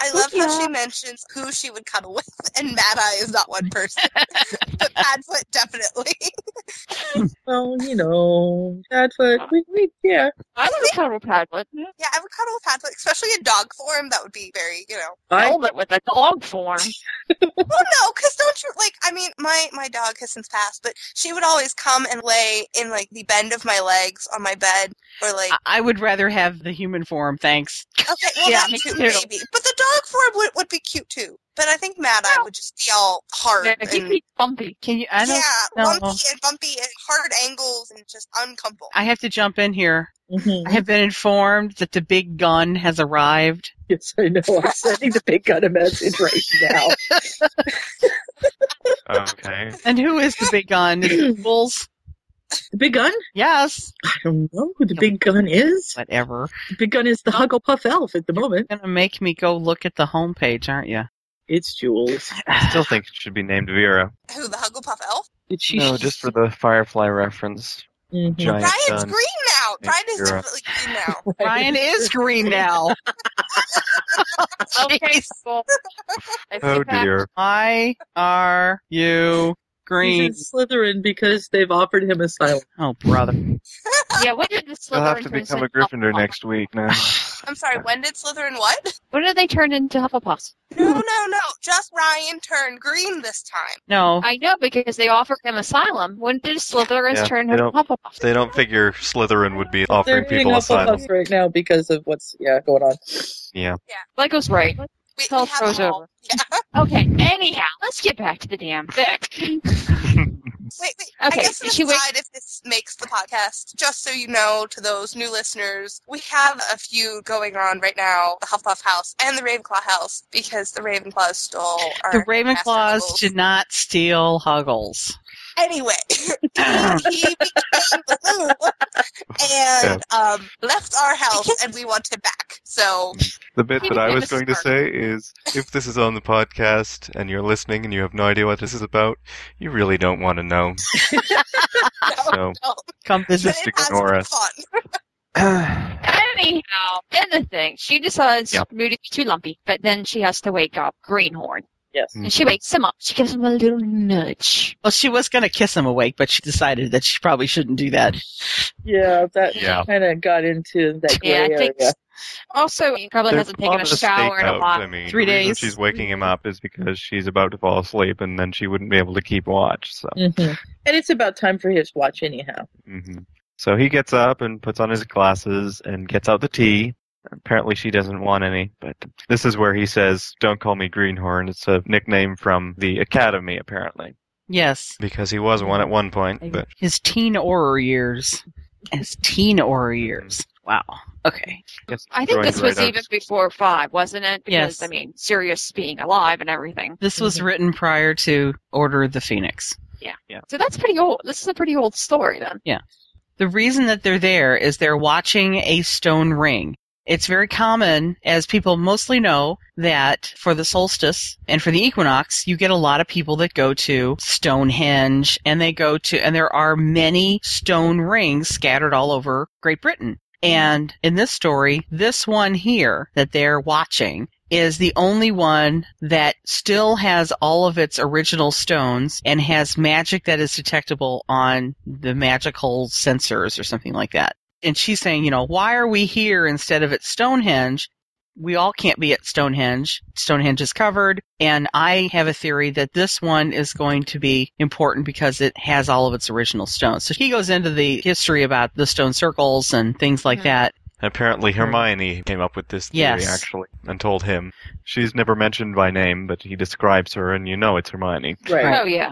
E: I love how she mentions who she would cuddle with, and Mad Eye is not one person, but Padfoot definitely.
D: Oh, you know, Padfoot. We, we, yeah.
F: I would cuddle Padlet.
E: Yeah, I would cuddle with Padfoot, especially in dog form. That would be very, you know.
D: I,
F: Hold it with a dog form.
E: Well, no, because don't you like? I mean, my my dog has since passed, but she would always come and lay in like the bend of my legs on my bed, or like
F: Ah,
C: I- I would rather have the human form, thanks.
E: okay, well
F: Yeah, me
E: that too,
F: too.
E: maybe. But the dog form would, would be cute too. But I think Mad Eye
F: No.
E: would just be all hard
F: Yeah,
E: and
F: he'd be bumpy.
C: Can you? I don't.
E: yeah,
C: know.
E: lumpy and bumpy and hard angles and just uncomfortable.
C: I have to jump in here.
D: mhm.
C: I have been informed that the big gun has arrived.
D: Yes, I know. I'm sending the big gun a message right now.
B: Okay.
C: And who is the big gun? Is it Bulls?
D: The big gun?
C: Yes.
D: I don't know who the big gun is.
C: Whatever.
D: The big gun is the Hugglepuff elf at the moment.
C: You're gonna make me go look at the homepage, aren't you?
D: It's Jules.
B: I still think it should be named Vera.
E: Who the Hugglepuff elf?
C: Did she?
B: No, just for the Firefly reference.
D: Mhm.
B: Giant
E: Brian's
B: gun.
E: green now.
B: Thank
E: Brian is
B: you, Vera.
E: definitely green now.
C: Ryan is green now.
F: Okay, well, if
B: Oh
F: you have-
B: dear.
C: Why are you
D: He's
C: green?
D: in Slytherin because they've offered him asylum.
C: Oh, brother.
F: Yeah, when did the Slytherin
B: You'll have to
F: turn into
B: become a Gryffindor
F: Hufflepuff?
B: next week
F: oh."
B: now.
E: I'm sorry. When did Slytherin what?
F: When did they turn into Hufflepuffs?
E: No, no, no. Just Ryan turned green this time.
C: No.
F: I know because they offered him asylum. When did Slytherins
A: Yeah,
F: turn
A: they
F: into
A: don't-
F: Hufflepuffs?
A: They don't figure Slytherin would be offering
D: They're
A: people
D: being
A: asylum.
D: Hufflepuffs right now because of what's yeah going on.
F: That goes right.
E: We, we
F: Tell
E: have them
F: Frozo.
E: all. Yeah.
F: Okay. Anyhow, let's get back to the damn thing.
E: Wait, wait.
F: Okay,
E: I guess an
F: she wa-
E: aside if this makes the podcast, just so you know to those new listeners, we have a feud going on right now, the Hufflepuff house and the Ravenclaw house, because the Ravenclaws stole our
C: The
E: Master
C: Ravenclaws
E: Huggles.
C: did not steal Huggles.
E: Anyway, he became the loon and um, left our house, and we want him back. So
B: The bit that I was
F: Mrs.
B: going to say is
A: If this is on the podcast and you're listening and you have no idea what this is about, you really don't want to know.
B: so.
C: Come visit.
B: Just
E: it has
B: ignore
E: been
B: us.
E: fun.
F: Anyhow, then the thing. She decides
B: Yeah.
F: Moody's too lumpy, but then she has to wake up Greenhorn.
D: Yes.
F: And she wakes him up. She gives him a little nudge.
C: Well, she was going to kiss him awake, but she decided that she probably shouldn't do that.
D: Yeah, that
B: Yeah.
D: kind of got into that gray
F: Yeah, I
D: area.
F: think also he probably
B: There's
F: hasn't taken a
B: lot of
F: shower in a
B: stakeout,
F: while.
B: I mean,
C: Three
B: the reason
C: days.
B: She's waking him up is because she's about to fall asleep, and then she wouldn't be able to keep watch. So,
D: Mhm. And it's about time for his watch anyhow.
B: hmm so he gets up and puts on his glasses and gets out the tea. Apparently, she doesn't want any, but this is where he says, "Don't call me Greenhorn." It's a nickname from the academy, apparently.
C: Yes.
A: Because he was one at one point, but
C: His teen horror years. His teen horror years. Wow. Okay.
B: Yes,
F: I think
B: throwing
F: this
B: it right
F: was
B: out.
F: even before five, wasn't it? Because
C: Yes.
F: I mean, Sirius being alive and everything.
C: This was written prior to Order of the Phoenix.
F: So that's pretty old. This is a pretty old story then.
C: The reason that they're there is they're watching a stone ring. It's very common, as people mostly know, that for the solstice and for the equinox, you get a lot of people that go to Stonehenge and they go to, and there are many stone rings scattered all over Great Britain. And in this story, this one here that they're watching is the only one that still has all of its original stones and has magic that is detectable on the magical sensors or something like that. And she's saying, you know, why are we here instead of at Stonehenge? We all can't be at Stonehenge. Stonehenge is covered. And I have a theory that this one is going to be important because it has all of its original stones. So he goes into the history about the stone circles and things like
F: Mhm.
C: that.
A: apparently Hermione came up with this theory
C: Yes.
A: actually and told him.
B: She's never mentioned by name, but he describes her, and you know it's Hermione.
D: Right.
F: Oh yeah.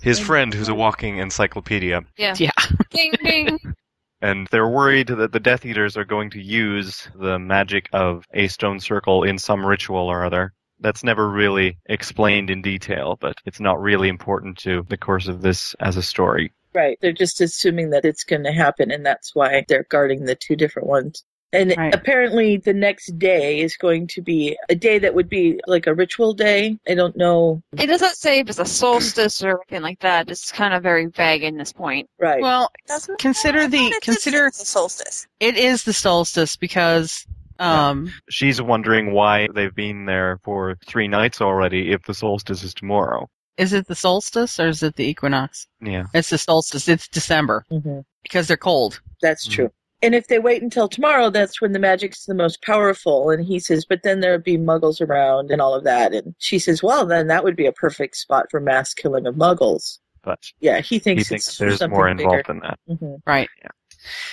A: His friend, who's a walking encyclopedia,
C: Yeah.
F: Ding ding.
B: and they're worried that the Death Eaters are going to use the magic of a stone circle in some ritual or other. That's never really explained in detail, but it's not really important to the course of this as a story.
D: Right. They're just assuming that it's going to happen, and that's why they're guarding the two different ones. And
C: Right.
D: apparently, the next day is going to be a day that would be like a ritual day. I don't know.
F: It doesn't say if it's a solstice or anything like that. It's kind of very vague in this point.
D: Right.
C: Well,
E: Doesn't
C: Consider
E: I thought
C: the-
E: it did say
C: consider-
E: the solstice.
C: It is the solstice because Um,
B: She's wondering why they've been there for three nights already if the solstice is tomorrow.
C: Is it the solstice or is it the equinox?
B: Yeah.
C: It's the solstice. It's December
D: Mhm.
C: because they're cold.
B: Mm-hmm.
D: That's true. And if they wait until tomorrow, that's when the magic's the most powerful. And he says, but then there'd be muggles around and all of that. And she says, well, then that would be a perfect spot for mass killing of muggles.
B: But
D: Yeah, he
B: he
D: thinks,
B: thinks,
D: it's for
B: there's
D: something
B: more
D: bigger.
B: involved than that.
D: Mhm.
C: Right.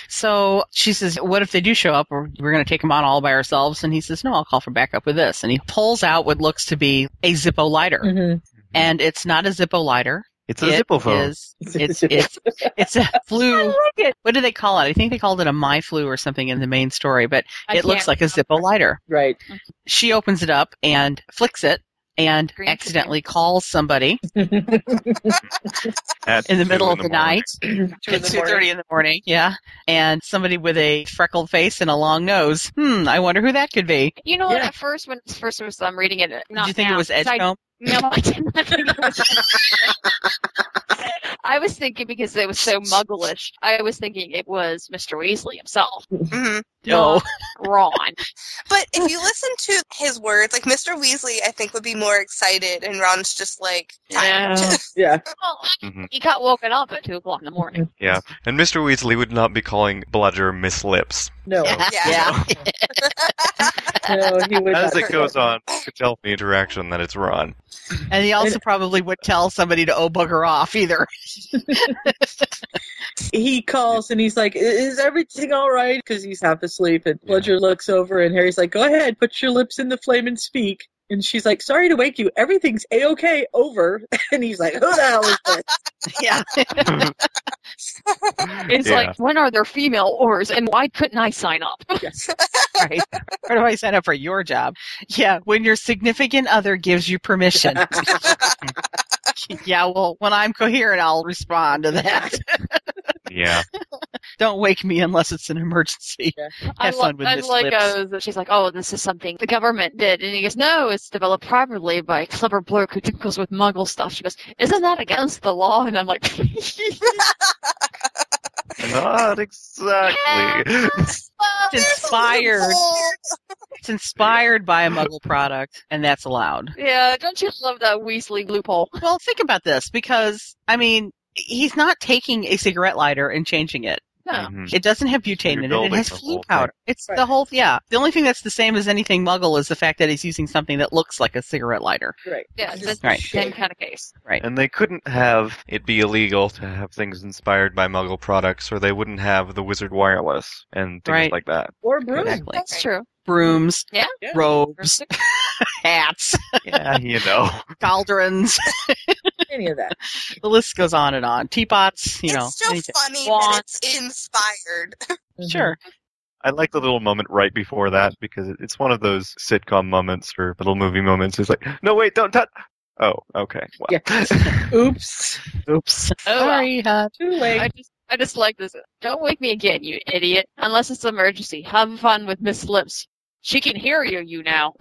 C: So she says, What if they do show up? We're, we're going to take them on all by ourselves. And he says, No, I'll call for backup with this. And he pulls out what looks to be a Zippo lighter.
F: Mm-hmm.
D: Mhm.
C: And it's not a Zippo lighter.
B: It's a Zippo phone.
C: is- it's, it's,
D: Mm-hmm.
C: it's a
F: I
C: flu.
F: like it.
C: What do they call it? I think they called it a My Flu or something in the main story, but
F: I
C: it looks
F: can't
C: like a Zippo lighter.
D: Right.
C: She opens it up and flicks it and
F: Green
C: accidentally calls somebody
B: At
C: in the
B: two
C: middle of the
B: morning.
C: night.
D: Two in
C: It's
D: the
C: two thirty in the morning. Yeah, and somebody with a freckled face and a long nose. Hmm, I wonder who that could be.
F: You know what?
D: Yeah.
F: At first, when it's first was I'm reading it, uh,
C: Did
F: not
C: you think
F: now,
C: it was
F: 'cause I-
C: Edgecombe?
F: No, I didn't think it was Edgecombe. I was thinking because it was so mugglish. I was thinking it was Mr. Weasley himself,
E: hmm
C: No.
F: Ron.
E: But if you listen to his words, like Mr. Weasley, I think would be more excited, and Ron's just like, tired.
F: No.
D: Yeah.
F: Well,
B: Mhm.
F: he got woken up at two o'clock in the morning.
A: And Mr. Weasley would not be calling Bludger Miss Lips.
D: No,
E: yeah.
C: Yeah.
D: no, Oh, he would
B: As
D: not.
B: it goes on, you can tell from the
A: Interaction that it's Ron.
C: and he also probably would tell somebody to oh bugger off either.
D: he calls and he's like, "I- "Is everything all right?" Because he's half asleep. And Bludger looks over, and Harry's like, "Go ahead, put your lips in the flame and speak." And she's like, "Sorry to wake you. Everything's a okay. Over." And he's like, "Who the hell is this?"
C: yeah,
F: It's
B: Yeah.
F: like, when are there female oars, and why couldn't I sign up?
C: right. Where do I sign up for your job? Yeah, when your significant other gives you permission. yeah, well, when I'm coherent, I'll respond to that.
B: Yeah.
C: Don't wake me unless it's an emergency.
F: I
C: Have fun with
F: I
C: Miss
F: like
C: Lips.
F: uh, that she's like, oh, this is something the government did, and he goes, no, it's developed privately by a clever bloke who tinkles with Muggle stuff. She goes, isn't that against the law? And I'm like,
B: Not exactly.
C: It's inspired. It's inspired by a Muggle product, and that's allowed.
F: yeah, don't you love that Weasley loophole?
C: Well, think about this because I mean, he's not taking a cigarette lighter and changing it.
F: No.
B: Mhm.
C: It doesn't have butane in it. It
B: building
C: has
B: the
C: flue
B: whole
C: powder. It's the
D: Right.
C: whole yeah. The only thing that's the same as anything Muggle is the fact that he's using something that looks like a cigarette lighter.
D: Right.
F: Yeah,
D: Just
F: that's the
C: Right.
F: same kind of case.
B: And they couldn't have it be illegal to have things inspired by Muggle products, or they wouldn't have the Wizard Wireless and things
C: Right.
B: like that.
D: Or broom.
C: Exactly.
F: That's true.
C: Brooms,
F: Yeah.
D: Yeah.
C: robes, hats,
B: Yeah, you know.
C: cauldrons.
D: Any of that.
C: The list goes on and on. Teapots, you know.
E: it's still
C: anything.
E: funny that
F: Wants.
E: it's inspired.
C: Sure.
B: I like the little moment right before that because it- it's one of those sitcom moments or little movie moments. It's like, no, wait, don't touch. Oh, okay. Well,
D: Yeah. Mm-hmm. Oops.
B: Oops.
F: Oh, well.
C: Sorry, hon.
D: Too
F: I
D: late.
F: just, I just like this. Don't wake me again, you idiot. Unless it's an emergency. Have fun with Miss Lips. She can hear you, you now.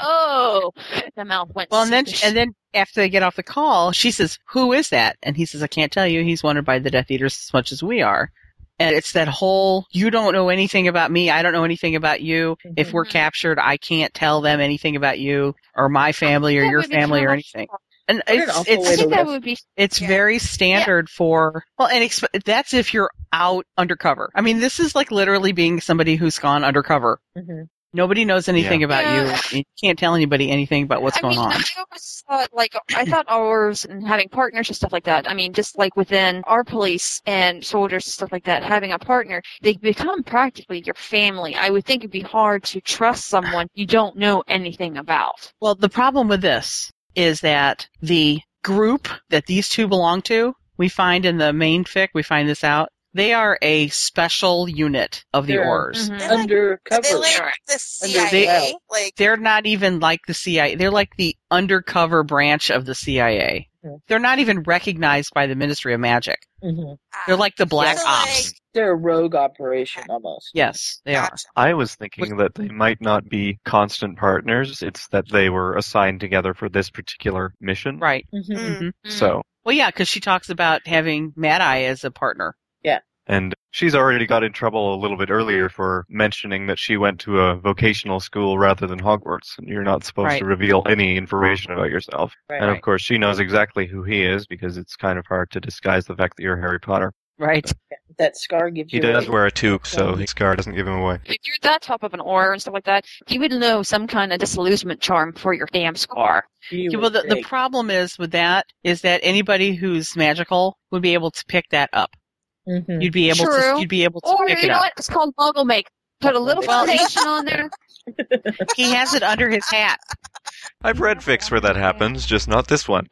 F: oh, the mouth went.
C: Well, and then
F: sheepish.
C: and then after they get off the call, she says, "Who is that?" And he says, "I can't tell you. He's wanted by the Death Eaters as much as we are." And it's that whole "you don't know anything about me. I don't know anything about you. If we're
F: Mhm.
C: captured, I can't tell them anything about you or my family or
F: That
C: your
F: would be
C: family or
F: terrible.
C: anything." And
D: an
C: it's
D: awful
F: I
D: way
C: it's
D: to
F: think that
D: live.
F: would be
C: it's
E: Yeah.
C: very standard for well, and exp- that's if you're out undercover. I mean, this is like literally being somebody who's gone undercover.
D: Mhm.
C: Nobody knows anything about
F: Yeah.
C: you. You can't tell anybody anything about what's
F: I
C: going
F: mean,
C: on.
F: I always thought like I thought ours and having partners and stuff like that. I mean, just like within our police and soldiers and stuff like that, having a partner, they become practically your family. I would think it'd be hard to trust someone you don't know anything about.
C: Well, the problem with this is that the group that these two belong to, we find in the main fic, we find this out, they are a special unit of the
D: Yeah.
C: Oars.
F: Mhm.
E: They're like, they
D: Undercover.
E: like
F: Correct.
E: the
D: And
E: CIA.
D: they're well.
E: like
C: They're not even like the CIA. They're like the undercover branch of the CIA.
D: Mhm.
C: They're not even recognized by the Ministry of Magic.
D: Mhm.
C: They're like the Black
E: ah. So, like,
C: Ops.
D: They're a rogue operation almost.
C: Yes, they are.
E: gotcha.
B: I was thinking that they might not be constant partners. It's that they were assigned together for this particular mission.
C: Right. mm-hmm.
D: Mhm.
E: Mm.
B: So,
F: Mm-hmm.
C: Well, yeah, because she talks about having Mad Eye as a partner.
D: Yeah.
B: And she's already got in trouble a little bit earlier for mentioning that she went to a vocational school rather than Hogwarts, and you're not supposed
C: Right.
B: to reveal any information about yourself.
D: Right,
B: and of
C: right.
B: course, she knows exactly who he is because it's kind of hard to disguise the fact that you're Harry Potter.
C: Right.
D: That scar gives
A: He
D: you.
A: does
D: away.
A: wear a toque, so his scar doesn't give him away.
F: If you're that top of an aura and stuff like that, you would know some kind of disillusionment charm for your damn scar.
D: You
C: well, the,
D: would
C: the
D: think.
C: problem is with that is that anybody who's magical would be able to pick that up.
D: Mhm.
C: You'd be able to.
F: True.
C: You'd be able to
F: Or
C: pick
F: you
C: it
F: know
C: up.
F: what? It's called Muggle Make. Put a little
D: Well-
F: foundation on there.
C: He has it under his hat.
A: I've read fics where that happens, just not this one.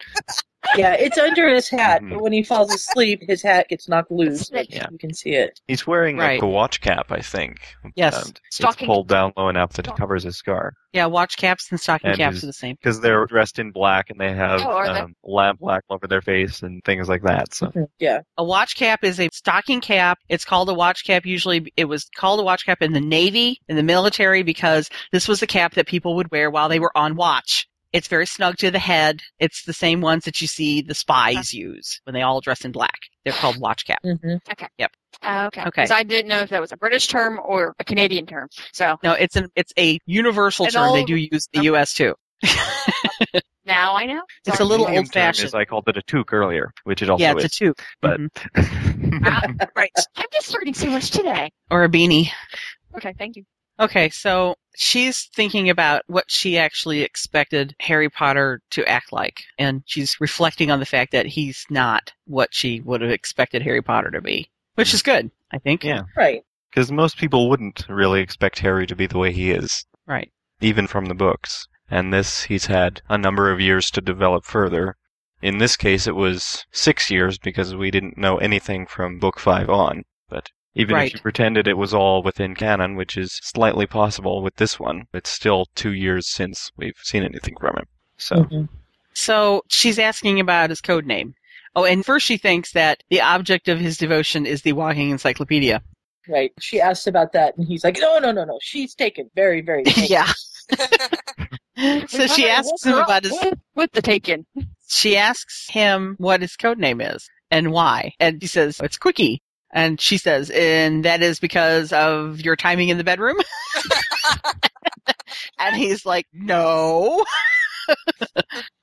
D: Yeah, it's under his hat,
B: Mhm.
D: but when he falls asleep, his hat gets knocked loose.
F: Snitch.
B: Yeah.
D: You can see it.
B: He's wearing
C: Right.
B: like a watch cap, I think.
C: Yes.
D: Um,
B: it's
F: Stocking.
B: pulled down low enough that it covers his scar.
C: Yeah, watch caps and stocking
B: And
C: caps
B: his-
C: are the same.
B: because they're dressed in black and they have
F: Oh, are they?
B: um, lamp black over their face and things like that. So
D: Yeah.
C: A watch cap is a stocking cap. It's called a watch cap. Usually it was called a watch cap in the Navy, in the military, because this was the cap that people would wear while they were on watch. It's very snug to the head. It's the same ones that you see the spies use when they all dress in black. They're called watch cap.
D: hmm
F: Oh, okay.
C: Okay.
F: Because I didn't know if that was a British term or a Canadian term. So
C: No, it's an it's a universal
F: And
C: term. They
F: all-
C: do use the U.S. too.
F: now I know.
C: It's a little
B: Medium term
C: old-fashioned.
B: Is I called it a toque earlier, which it also
C: yeah, it's
B: is.
C: a toque
B: but-
C: Mhm.
F: right. I'm just learning so much today.
C: or a beanie.
F: Okay, thank you.
C: Okay, so she's thinking about what she actually expected Harry Potter to act like, and she's reflecting on the fact that he's not what she would have expected Harry Potter to be, which is good, I think.
B: Yeah.
D: Right.
B: Because most people wouldn't.
A: Really expect Harry to be the way he is,
C: Right.
A: even from the books. And this he's had a number of years to develop further. In this case, it was six years because we didn't know anything from book five on. But
B: Even
C: Right.
B: if you pretended it was all within canon, which is slightly possible with this one, it's still two years since we've seen anything from him. So
D: Mhm.
C: So she's asking about his code name. Oh, and first she thinks that the object of his devotion is the walking encyclopedia.
D: Right. She asked about that, and he's like, "No, no, no, no. She's taken very, very." taken."
C: so she asks him about his
F: with, with the taken.
C: she asks him what his code name is and why. And he says, it's Quickie. And she says, and that is because of your timing in the bedroom? and he's like, no,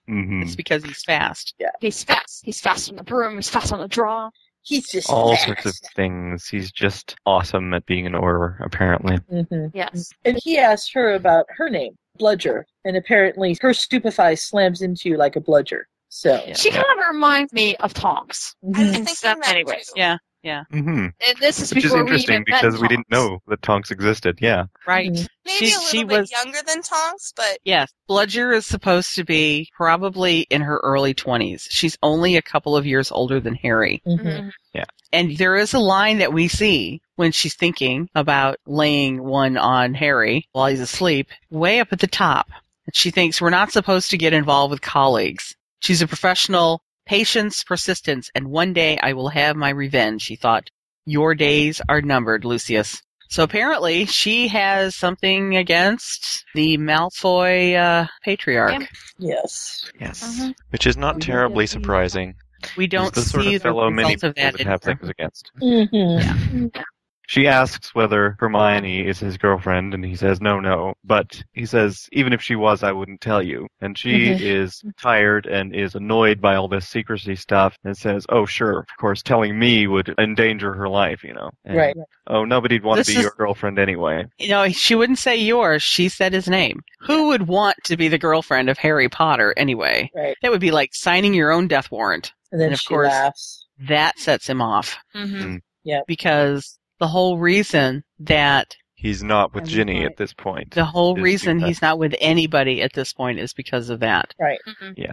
B: mhm.
C: it's because he's fast.
F: He's fast. He's fast on the broom. He's fast on the draw.
D: He's just
B: all
D: fast.
B: sorts of things. He's just awesome at being an order, apparently.
D: Mhm.
C: Mm,
F: Yes.
D: And he asked her about her name, Bludger, and apparently her stupefy slams into you like a bludger. So
F: She kind of reminds me of Tonks.
E: I'm
D: Mhm.
C: Mm-hmm.
E: thinking
F: So,
E: that
F: anyways.
E: too.
C: Yeah.
B: Mm-hmm.
F: And this is
B: Which is
F: before we
B: interesting
F: even met
B: because we didn't
F: Tonks.
B: know that Tonks existed. Yeah.
C: Right.
D: Mhm.
C: She-
E: Maybe a little
C: she
E: bit
C: was-
E: younger than Tonks, but
C: Yes. Bludger is supposed to be probably in her early 20s. She's only a couple of years older than Harry.
D: Mhm.
F: Mhm.
C: And there is a line that we see when she's thinking about laying one on Harry while he's asleep, way up at the top. And she thinks we're not supposed to get involved with colleagues. She's a professional. Patience, persistence, and one day I will have my revenge, she thought. Your days are numbered, Lucius. So apparently she has something against the Malfoy uh, patriarch.
F: Yeah.
D: yes,
B: Yes.
F: Mhm.
A: which is
F: Oh,
A: not
F: yeah,
A: terribly
F: yeah.
A: surprising.
C: We don't
B: He's the sort
C: see
B: of fellow
C: the
B: many
C: result
B: people
C: of that.
B: would have
C: in her.
B: things against.
D: Mhm.
C: Mm-hmm.
B: She asks whether Hermione is his girlfriend, and he says no, no. But he says even if she was, I wouldn't tell you. And she
D: Mhm.
B: is tired and is annoyed by all this secrecy stuff, and says, "Oh, sure, of course, telling me would endanger her life, you know." And,
D: right.
B: Oh, nobody'd want
C: This
B: to be
C: is-
B: your girlfriend anyway.
C: You know, she wouldn't say yours. She said his name. Who would want to be the girlfriend of Harry Potter anyway?
D: Right.
C: That would be like signing your own death warrant.
D: And then
C: And of
D: she
C: course-
D: laughs.
C: That sets him off
F: Mhm.
C: because the whole reason that
A: He's not with
D: And
A: Ginny
D: what-
A: at this point.
C: the whole
B: Just
C: reason
B: do that.
C: he's not with anybody at this point is because of that.
F: Mhm.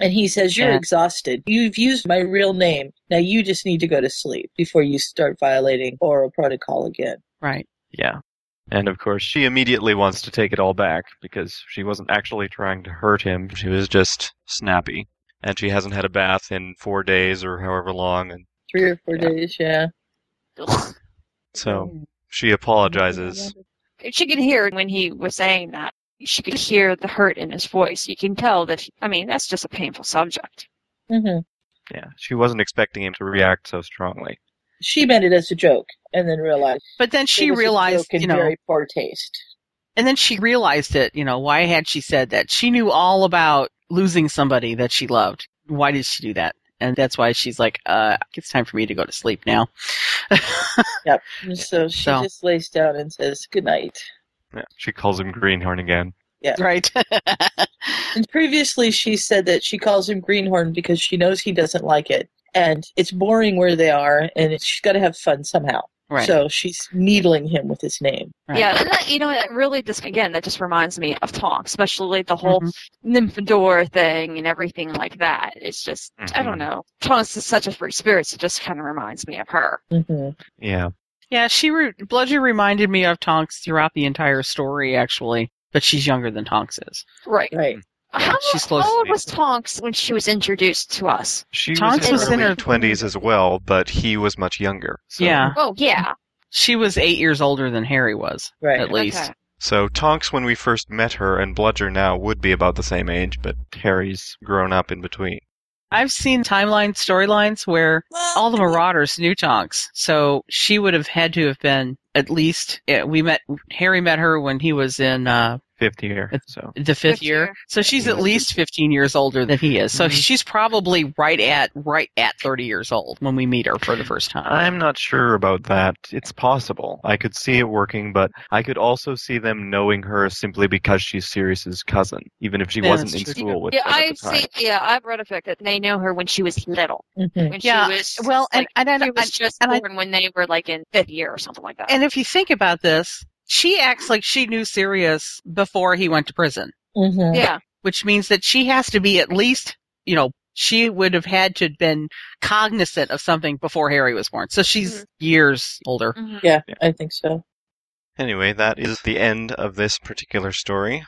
D: And he says, You're
C: Yeah.
D: exhausted. You've used my real name. Now you just need to go to sleep before you start violating oral protocol again.
C: Right.
B: Yeah. And of course, she immediately wants to take it all back because she wasn't actually trying to hurt him.
A: She was just snappy. And she hasn't had a bath in four days or however long, and
D: Three or four
B: Yeah.
D: days, yeah.
F: Ugh.
A: so she apologizes.
F: She could hear when he was saying that. She could hear the hurt in his voice. You can tell that. I mean, that's just a painful subject.
D: Mm-hmm.
B: Yeah, she wasn't expecting him to react so strongly.
D: she meant it as a joke and then realized
C: But then she
D: it was a
C: realized,
D: joke in
C: you know,
D: very poor taste.
C: and then she realized it, you know, why had she said that? She knew all about losing somebody that she loved. Why did she do that? And that's why she's like, uh, it's time for me to go to sleep now.
D: Yep. And So she
C: So-
D: just lays down and says good night.
B: Yeah, she calls him Greenhorn again.
C: Right.
D: And previously she said that she calls him Greenhorn because she knows he doesn't like it. And it's boring where they are, and it's- she's got to have fun somehow.
C: right.
D: So she's needling him with his name.
C: right.
F: Yeah, and that, you know, that really just, again, that just reminds me of Tonk, especially the whole
C: Mhm.
F: Nymphadora thing and everything like that. It's just, I
C: Mm-hmm.
F: don't
B: Mhm.
F: know. Tonks is such a free spirit, so it just kind of reminds me of her.
D: hmm
B: Yeah.
C: Yeah, she re- Bludger reminded me of Tonks throughout the entire story, actually. But she's younger than Tonks is.
F: Right.
D: Right.
F: How,
C: she's close
F: how
B: to
F: old
B: me.
F: was Tonks when she was introduced to us?
B: She
C: Tonks was in
B: early
C: her-
A: 20s as well, but he was much younger.
B: so-
C: Yeah,
F: Oh, yeah.
C: she was eight years older than Harry was,
D: Right.
C: at least.
F: Okay.
A: So Tonks, when we first met her, and Bludger now would be about the same age, but
B: Harry's.
A: grown up in between.
C: I've seen timeline storylines where
E: Well, mm-hmm,
C: all the Marauders knew Tonks, so she would have had to have been at least. eh, We met Harry met her when he was in uh,
B: Fifth year.
C: It's-
B: So
C: the fifth,
F: Fifth
C: year.
F: year.
C: so she's at least fifteen years older than he is. So
B: Mhm.
C: she's probably right at right at thirty years old when we meet her for the first time.
B: I'm not sure about that. It's possible. I could see it working, but I could also see them knowing her simply because she's Sirius's cousin, even if she
C: Yeah,
B: wasn't in
C: that's
B: school with
F: yeah,
B: them at
F: I've
B: the time.
F: seen. Yeah, I've read a fact that they know her when she was little.
D: Mhm.
F: When
C: Yeah,
F: she was
C: well, and
F: like,
C: and, I
F: she
C: don't-
F: was just
C: and I-
F: born when they were like in fifth year or something like that.
C: and if you think about this, she acts like she knew Sirius before he went to prison.
D: Mhm.
F: yeah,
C: which means that she has to be at least, you know, she would have had to have been cognizant of something before Harry was born. So she's
F: Mhm.
C: years older.
F: Mhm.
D: Yeah, I think so.
A: Anyway, that is the end of this particular story.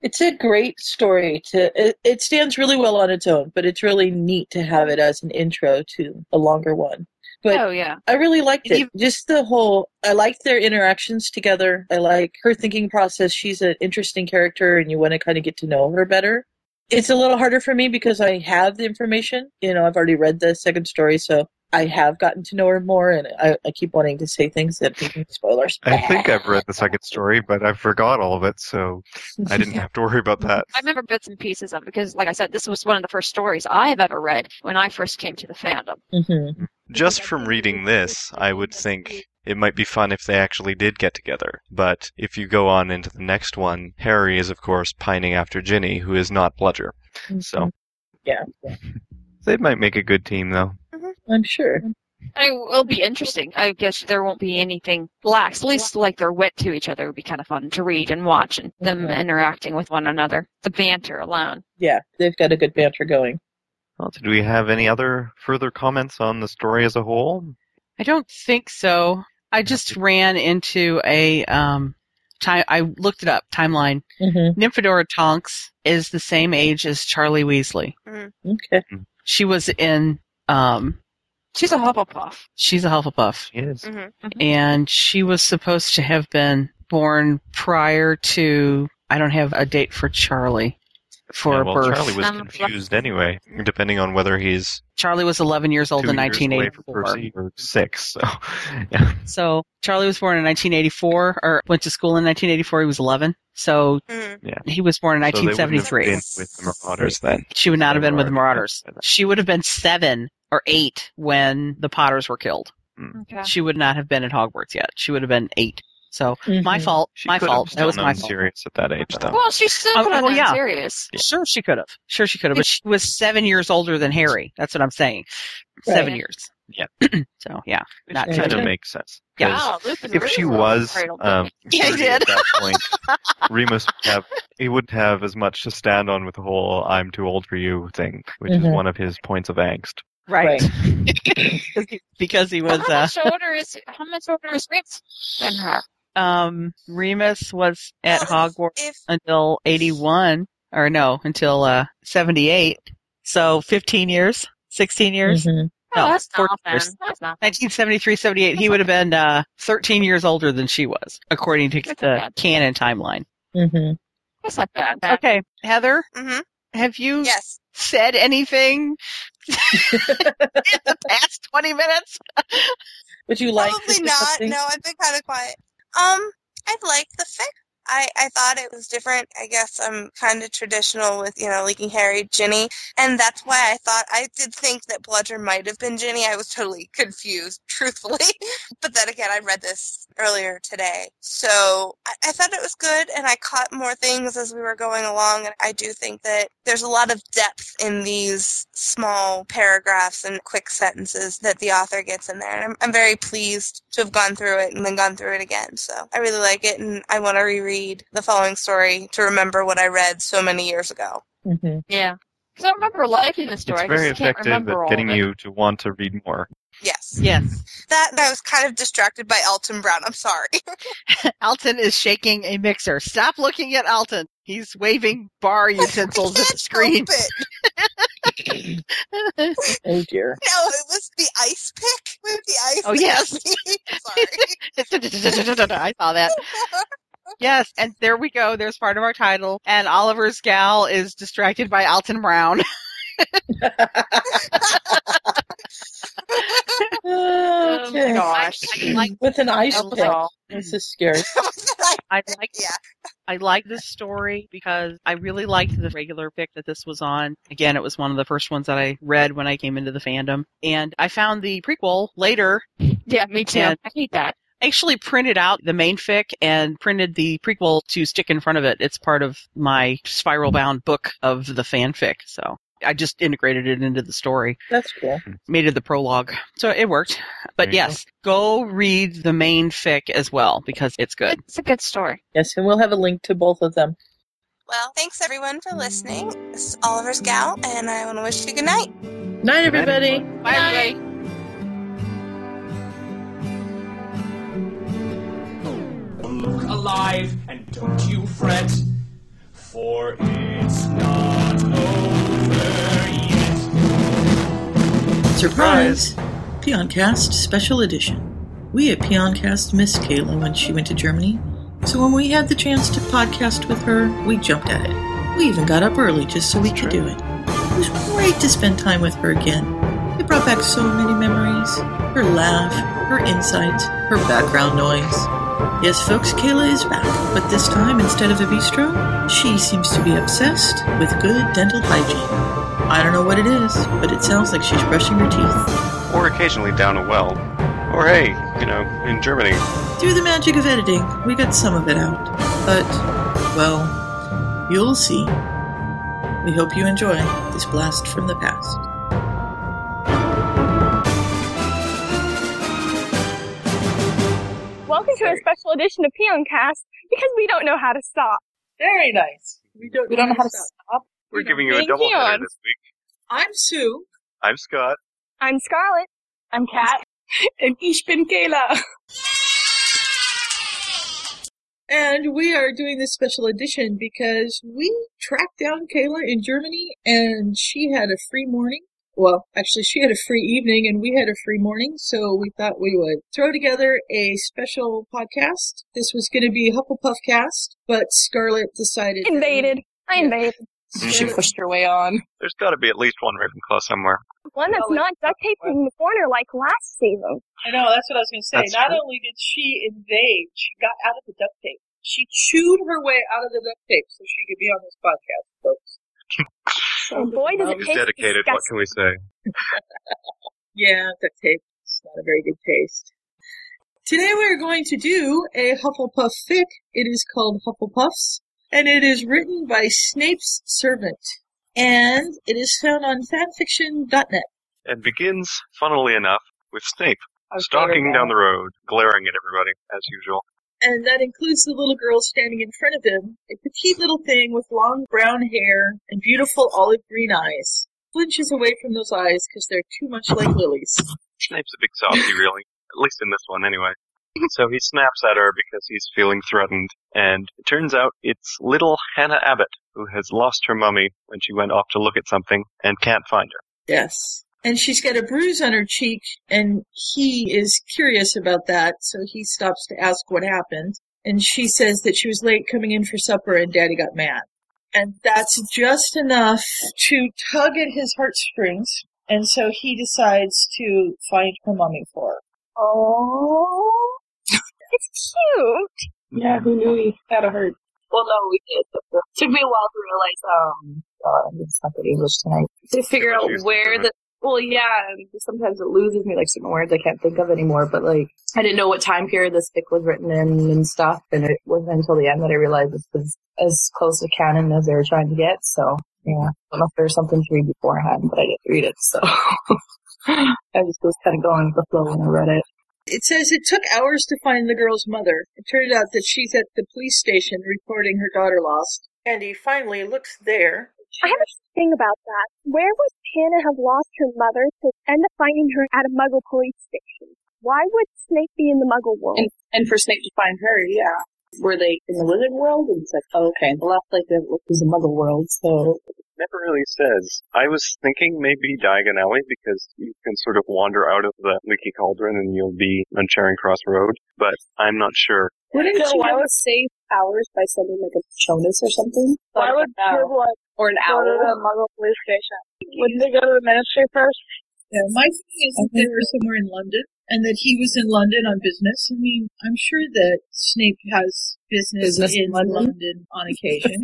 D: It's a great story. To it, it stands really well on its own, but it's really neat to have it as an intro to a longer one. But
F: oh yeah,
D: I really liked
C: And
D: it. Just the whole. I like their interactions together. I like her thinking process. She's an interesting character, and you want to kind of get to know her better. It's a little harder for me because I have the information. You know, I've already read the second story, so I have gotten to know her more, and I, I keep wanting to say things that spoilers.
B: I think I've read the second story, but I forgot all of it, so I didn't have to worry about that.
F: I remember bits and pieces of it because, like I said, this was one of the first stories I have ever read when I first came to the fandom.
D: hmm
A: Just from reading this, I would think it might be fun if they actually did get together. But if you go on into the next one, Harry is, of course, pining after Ginny, who is not Bludger.
B: So
D: Mm-hmm. Yeah,
B: they might make a good team, though.
D: I'm sure.
F: It will be interesting. I guess there won't be anything lax. At least, like their wit to each other would be kind of fun to read and watch, and them
C: Mm-hmm.
D: Mhm.
F: interacting with one another. The banter alone.
D: Yeah, they've got a good banter going.
B: Well, did we have any other further comments on the story as a whole?
C: I don't think so. I just ran into a um time I looked it up timeline.
D: hmm
C: Nymphadora Tonks is the same age as Charlie Weasley.
D: Okay.
C: She was in um
F: She's a Hufflepuff.
C: she's a Hufflepuff
B: Yes.
E: mm-hmm,
C: and she was supposed to have been born prior to I don't have a date for Charlie for
B: Yeah, well,
C: birth.
B: Charlie was
F: Um,
B: confused anyway.
A: Depending on whether he's
C: Charlie was 11 years old
B: Two
C: in
B: years away from
C: 1984.
B: Percy, or six. So, yeah.
C: So Charlie was born in 1984, or went to school in 1984. He was 11. So
E: mm,
C: he was born in
B: So they wouldn't have
C: 1973.
B: been with the Marauders then.
C: she would not have been with the
B: Marauders.
C: Marauders. She would have been seven or eight when the Potters were killed.
F: Okay.
C: She would not have been at Hogwarts yet. She would have been eight. So my
D: Mhm.
C: fault.
B: She
C: my
B: could
C: fault.
B: Have
C: That
B: still
C: was my
B: known
C: fault.
B: Sirius at that age, though.
F: Well, she's still
C: Oh,
F: put on
C: well, yeah.
F: serious.
C: Sure, she could have. Sure, she could have. But she was seven years older than Harry. That's what I'm saying. Seven
F: Right.
C: years.
B: Yeah.
C: so yeah.
B: Which
C: not
B: kind
D: true.
B: of makes sense. 'cause
F: Wow, Lupin
B: If
F: really
B: she
F: rocked
B: was,
F: the cradle,
B: um,
C: Yeah, he
B: 30 at that point, Remus would have he wouldn't have as much to stand on with the whole "I'm too old for you" thing, which
D: Mhm.
B: is one of his points of angst.
D: Right.
C: because he was
F: didn't he?
C: uh,
F: how much older is how much older is Remus than her?
C: um Remus was at
E: well,
C: Hogwarts
E: If
C: until 81 or no, until uh 78. So 15 years, 16 years.
D: Mhm.
F: Oh,
C: No,
F: that's
C: 40
F: nothing.
C: years.
F: That's nothing.
C: 1973 78 he would have been uh, 13 years older than she was according to
F: That's
C: the
F: bad.
C: canon timeline
D: Mhm.
F: That's not bad.
C: okay heather
E: mhm,
C: have you
E: yes,
C: said anything in the past 20 minutes?
D: Would you like
E: Probably
D: to
E: not.
D: something?
E: No, I've been kind of quiet. Um, I liked the fic. I, I thought it was different. I guess I'm kind of traditional with, you know, Leaking Harry, Ginny. And that's why I thought, I did think that Bludger might have been Ginny. I was totally confused, truthfully. But then again, I read this earlier today. So I, I thought it was good and I caught more things as we were going along. And I do think that there's a lot of depth in these small paragraphs and quick sentences that the author gets in there. And I'm, I'm very pleased to have gone through it and then gone through it again. So I really like it and I want to reread the following story to remember what I read so many years ago.
D: Mhm.
F: Yeah. Because I remember liking the story.
B: It's
F: I
B: very
F: just can't
B: effective
F: remember
B: at
F: all
B: getting
F: of it.
B: you to want to read more.
E: Yes.
C: Yes.
E: That, I was kind of distracted by Elton Brown. I'm sorry.
C: Alton is shaking a mixer. Stop looking at Alton. He's waving bar utensils at the screen.
E: Help it.
D: Oh dear.
E: No, it was the ice pick with the ice.
C: Oh, yes.
E: Sorry.
C: I saw that. Yes, and there we go. There's part of our title. And Oliver's gal is distracted by Alton Brown.
F: Oh my
D: Okay.
F: gosh. I, I like
D: With an ice
F: that was
D: pick.
F: all.
D: This is scary.
C: I like
E: yeah.
C: I like this story because I really liked the regular pick that this was on. Again, it was one of the first ones that I read when I came into the fandom. And I found the prequel later
F: Yeah, me too.
C: Yeah.
F: I hate that.
C: actually printed out the main fic and printed the prequel to stick in front of it. It's part of my spiral bound book of the fanfic. So I just integrated it into the story,
D: That's cool.
C: made it the prologue. So it worked.
B: There
C: But
B: you
C: yes, go. read the main fic as well because it's good.
F: It's a good story.
D: Yes, and we'll have a link to both of them.
E: Well, thanks everyone for listening. This is Oliver's gal, and I want to wish you good night.
D: Night, everybody.
C: Bye, everybody.
I: Look alive and don't you fret, for it's not over yet.
D: Surprise! Peoncast Special Edition. We at Peoncast missed Kayla when she went to Germany, so when we had the chance to podcast with her, we jumped at it. We even got up early just so we could do it. It was great to spend time with her again. It brought back so many memories her laugh, her insights, her background noise. Yes, folks, Kayla is back, but this time instead of a bistro, she seems to be obsessed with good dental hygiene. I don't know what it is, but it sounds like she's brushing her teeth.
A: or occasionally down a well. Or hey, you know, in Germany.
D: Through the magic of editing, we got some of it out. But, well, you'll see. We hope you enjoy this blast from the past.
K: Welcome to a special edition of Peoncast because we don't know how to stop.
D: Very nice. We don't,
K: We don't know how to
D: stop.
B: We're giving you a
K: Thank
B: double header
K: you.
B: this week.
D: I'm Sue.
B: I'm Scott.
K: I'm Scarlett. I'm Kat. and ich bin Kayla.
D: And we are doing this special edition because we tracked down Kayla in Germany and she had a free morning. Well, actually, she had a free evening and we had a free morning, so we thought we would throw together a special podcast. This was going to be Hufflepuff Cast, but Scarlett decided. that we-
K: Invaded. I invaded.
D: She pushed
K: her way on.
B: There's got to be at least one Ravenclaw somewhere.
K: One that's
D: Well,
K: not duct taped in the corner like last season.
D: I know, that's what I was going to say.
B: That's
D: Not
B: true.
D: only did she invade, she got out of the duct tape. She chewed her way out of the duct tape so she could be on this podcast, folks.
K: And boy, does it
B: He's
K: taste
B: dedicated. What
K: disgusting.
B: can we say?
D: Yeah, duct tape. It's not a very good taste. Today we are going to do a Hufflepuff fic. It is called Hufflepuffs, and it is written by Snape's servant. And it is found on fanfiction.net.
B: And begins, funnily enough, with Snape stalking down the road, glaring at everybody as usual.
D: and that includes the little girl standing in front of him, a petite little thing with long brown hair and beautiful olive green eyes. Flinches away from those eyes because they're too much like lilies.
B: Snape's a big softy, really. At least in this one, anyway. So he snaps at her because he's feeling threatened, and it turns out it's little Hannah Abbott who has lost her mummy when she went off to look at something and can't find her.
D: Yes. And she's got a bruise on her cheek, and he is curious about that, so he stops to ask what happened. And she says that she was late coming in for supper, and Daddy got mad. And that's just enough to tug at his heartstrings. And so he decides to find her mummy for her.
K: Oh, it's cute.
L: Yeah, who knew he had a heart?
K: Well, no, we did. But it took me a while to realize. Um, God, I'm just not good English tonight. To figure out where the. Well, yeah. and Sometimes it loses me, like certain words I can't think of anymore. But like, I didn't know what time period this book was written in and stuff. And it wasn't until the end that I realized this was as close to canon as they were trying to get. So yeah, I don't know if there was something to read beforehand, but I didn't read it. So I just was kind of going with the flow when I read it.
D: It says it took hours to find the girl's mother. It turned out that she's at the police station reporting her daughter lost. And he finally looks there.
M: I have a thing about that. Where would Hannah have lost her mother to end up finding her at a Muggle police station? Why would Snape be in the Muggle world?
L: And, and for Snape to find her, yeah.
K: Were they in the wizard world? And it's like, oh, okay, the last place they looked was the mother world, so
B: never really says. I was thinking maybe Diagon Alley because you can sort of wander out of the Leaky Cauldron and you'll be on Charing Cross Road, but I'm not sure.
L: Wouldn't
K: No,
L: you
K: I
L: have
K: would-
L: saved hours by sending like a Jonas or something?
K: Why would
L: Or-
K: people like
L: or an
K: go to the
L: owl?
K: Muggle police station? Wouldn't they go to the ministry first?
D: Yeah, my thing is that they were somewhere in London and that he was in London on business. I mean, I'm sure that Snape has business,
L: Business in
D: in London.
L: London.
D: on occasion.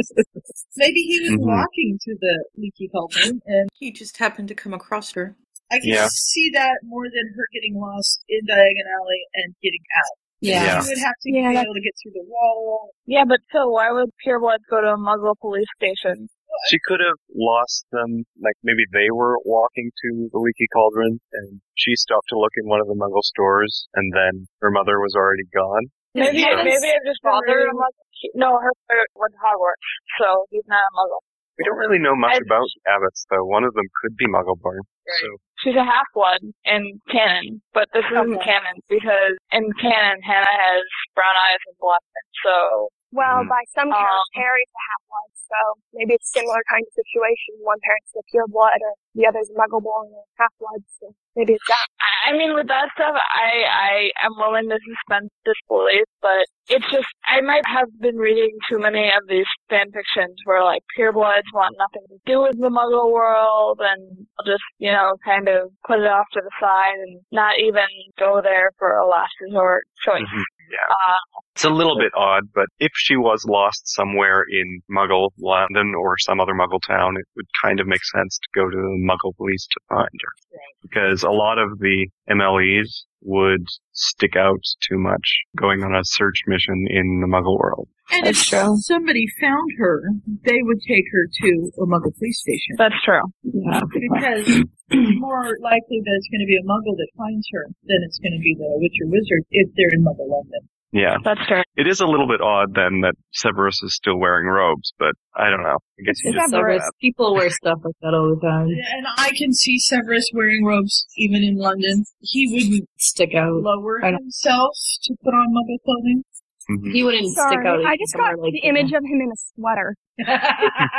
D: Maybe he was
B: Mhm.
D: walking to the leaky cauldron and he just happened to come across her. I can
B: Yeah.
D: see that more than her getting lost in Diagon Alley and getting out.
B: Yeah. Yeah.
D: She would have to
K: Yeah,
D: be
K: that-
D: able to get through the wall.
K: Yeah, but still, why would Pureblood go to a Muggle police station?
B: She could have lost them, like maybe they were walking to the Leaky Cauldron and she stopped to look in one of the Muggle stores and then her mother was already gone.
K: Maybe,
B: Yeah.
K: maybe I've just been
L: Father-
K: reading a Muggle. he- No, her father went to Hogwarts, so he's not a Muggle.
B: We don't really know much
K: And
B: about the Abbots though. One of them could be Muggle born. So
K: She's a half one in canon, but this isn't canon because in canon Hannah has brown eyes and blonde. hair, So
M: Well,
B: Mhm.
M: by some
K: Um,
M: counts, Harry's a half one, so maybe it's a similar kind of situation. One parent's a pure blood, or the other's a muggle born, or half blood, so maybe it's that.
K: I I mean, with that stuff, I I am willing to suspend disbelief, but it's just I might have been reading too many of these fan fictions where like purebloods want nothing to do with the Muggle world, and I'll just you know kind of put it off to the side and not even go there for a last resort choice.
B: Mhm. yeah.
K: Uh,
B: It's a little bit odd, but if she was lost somewhere in Muggle London or some other Muggle town, it would kind of make sense to go to the Muggle police to find her. Because a lot of the MLEs would stick out too much going on a search mission in the Muggle world.
D: And if somebody found her, they would take her to a Muggle police station.
K: that's true.
D: Because it's more likely that it's going to be a muggle that finds her than it's going to be the witch or wizard if they're in Muggle London.
B: Yeah.
K: That's true.
B: It is a little bit odd then that Severus is still wearing robes, but I don't know. I guess you
L: It's
B: just
L: not
B: said
L: Severus.
B: that.
L: People wear stuff like that all the time.
D: And I can see Severus wearing robes even in London. He wouldn't
L: Stick out.
D: lower
L: I don't-
D: himself to put on muggle clothing.
B: mm-hmm.
L: He wouldn't stick
M: Sorry,
L: out.
M: I just got the image of him in a sweater.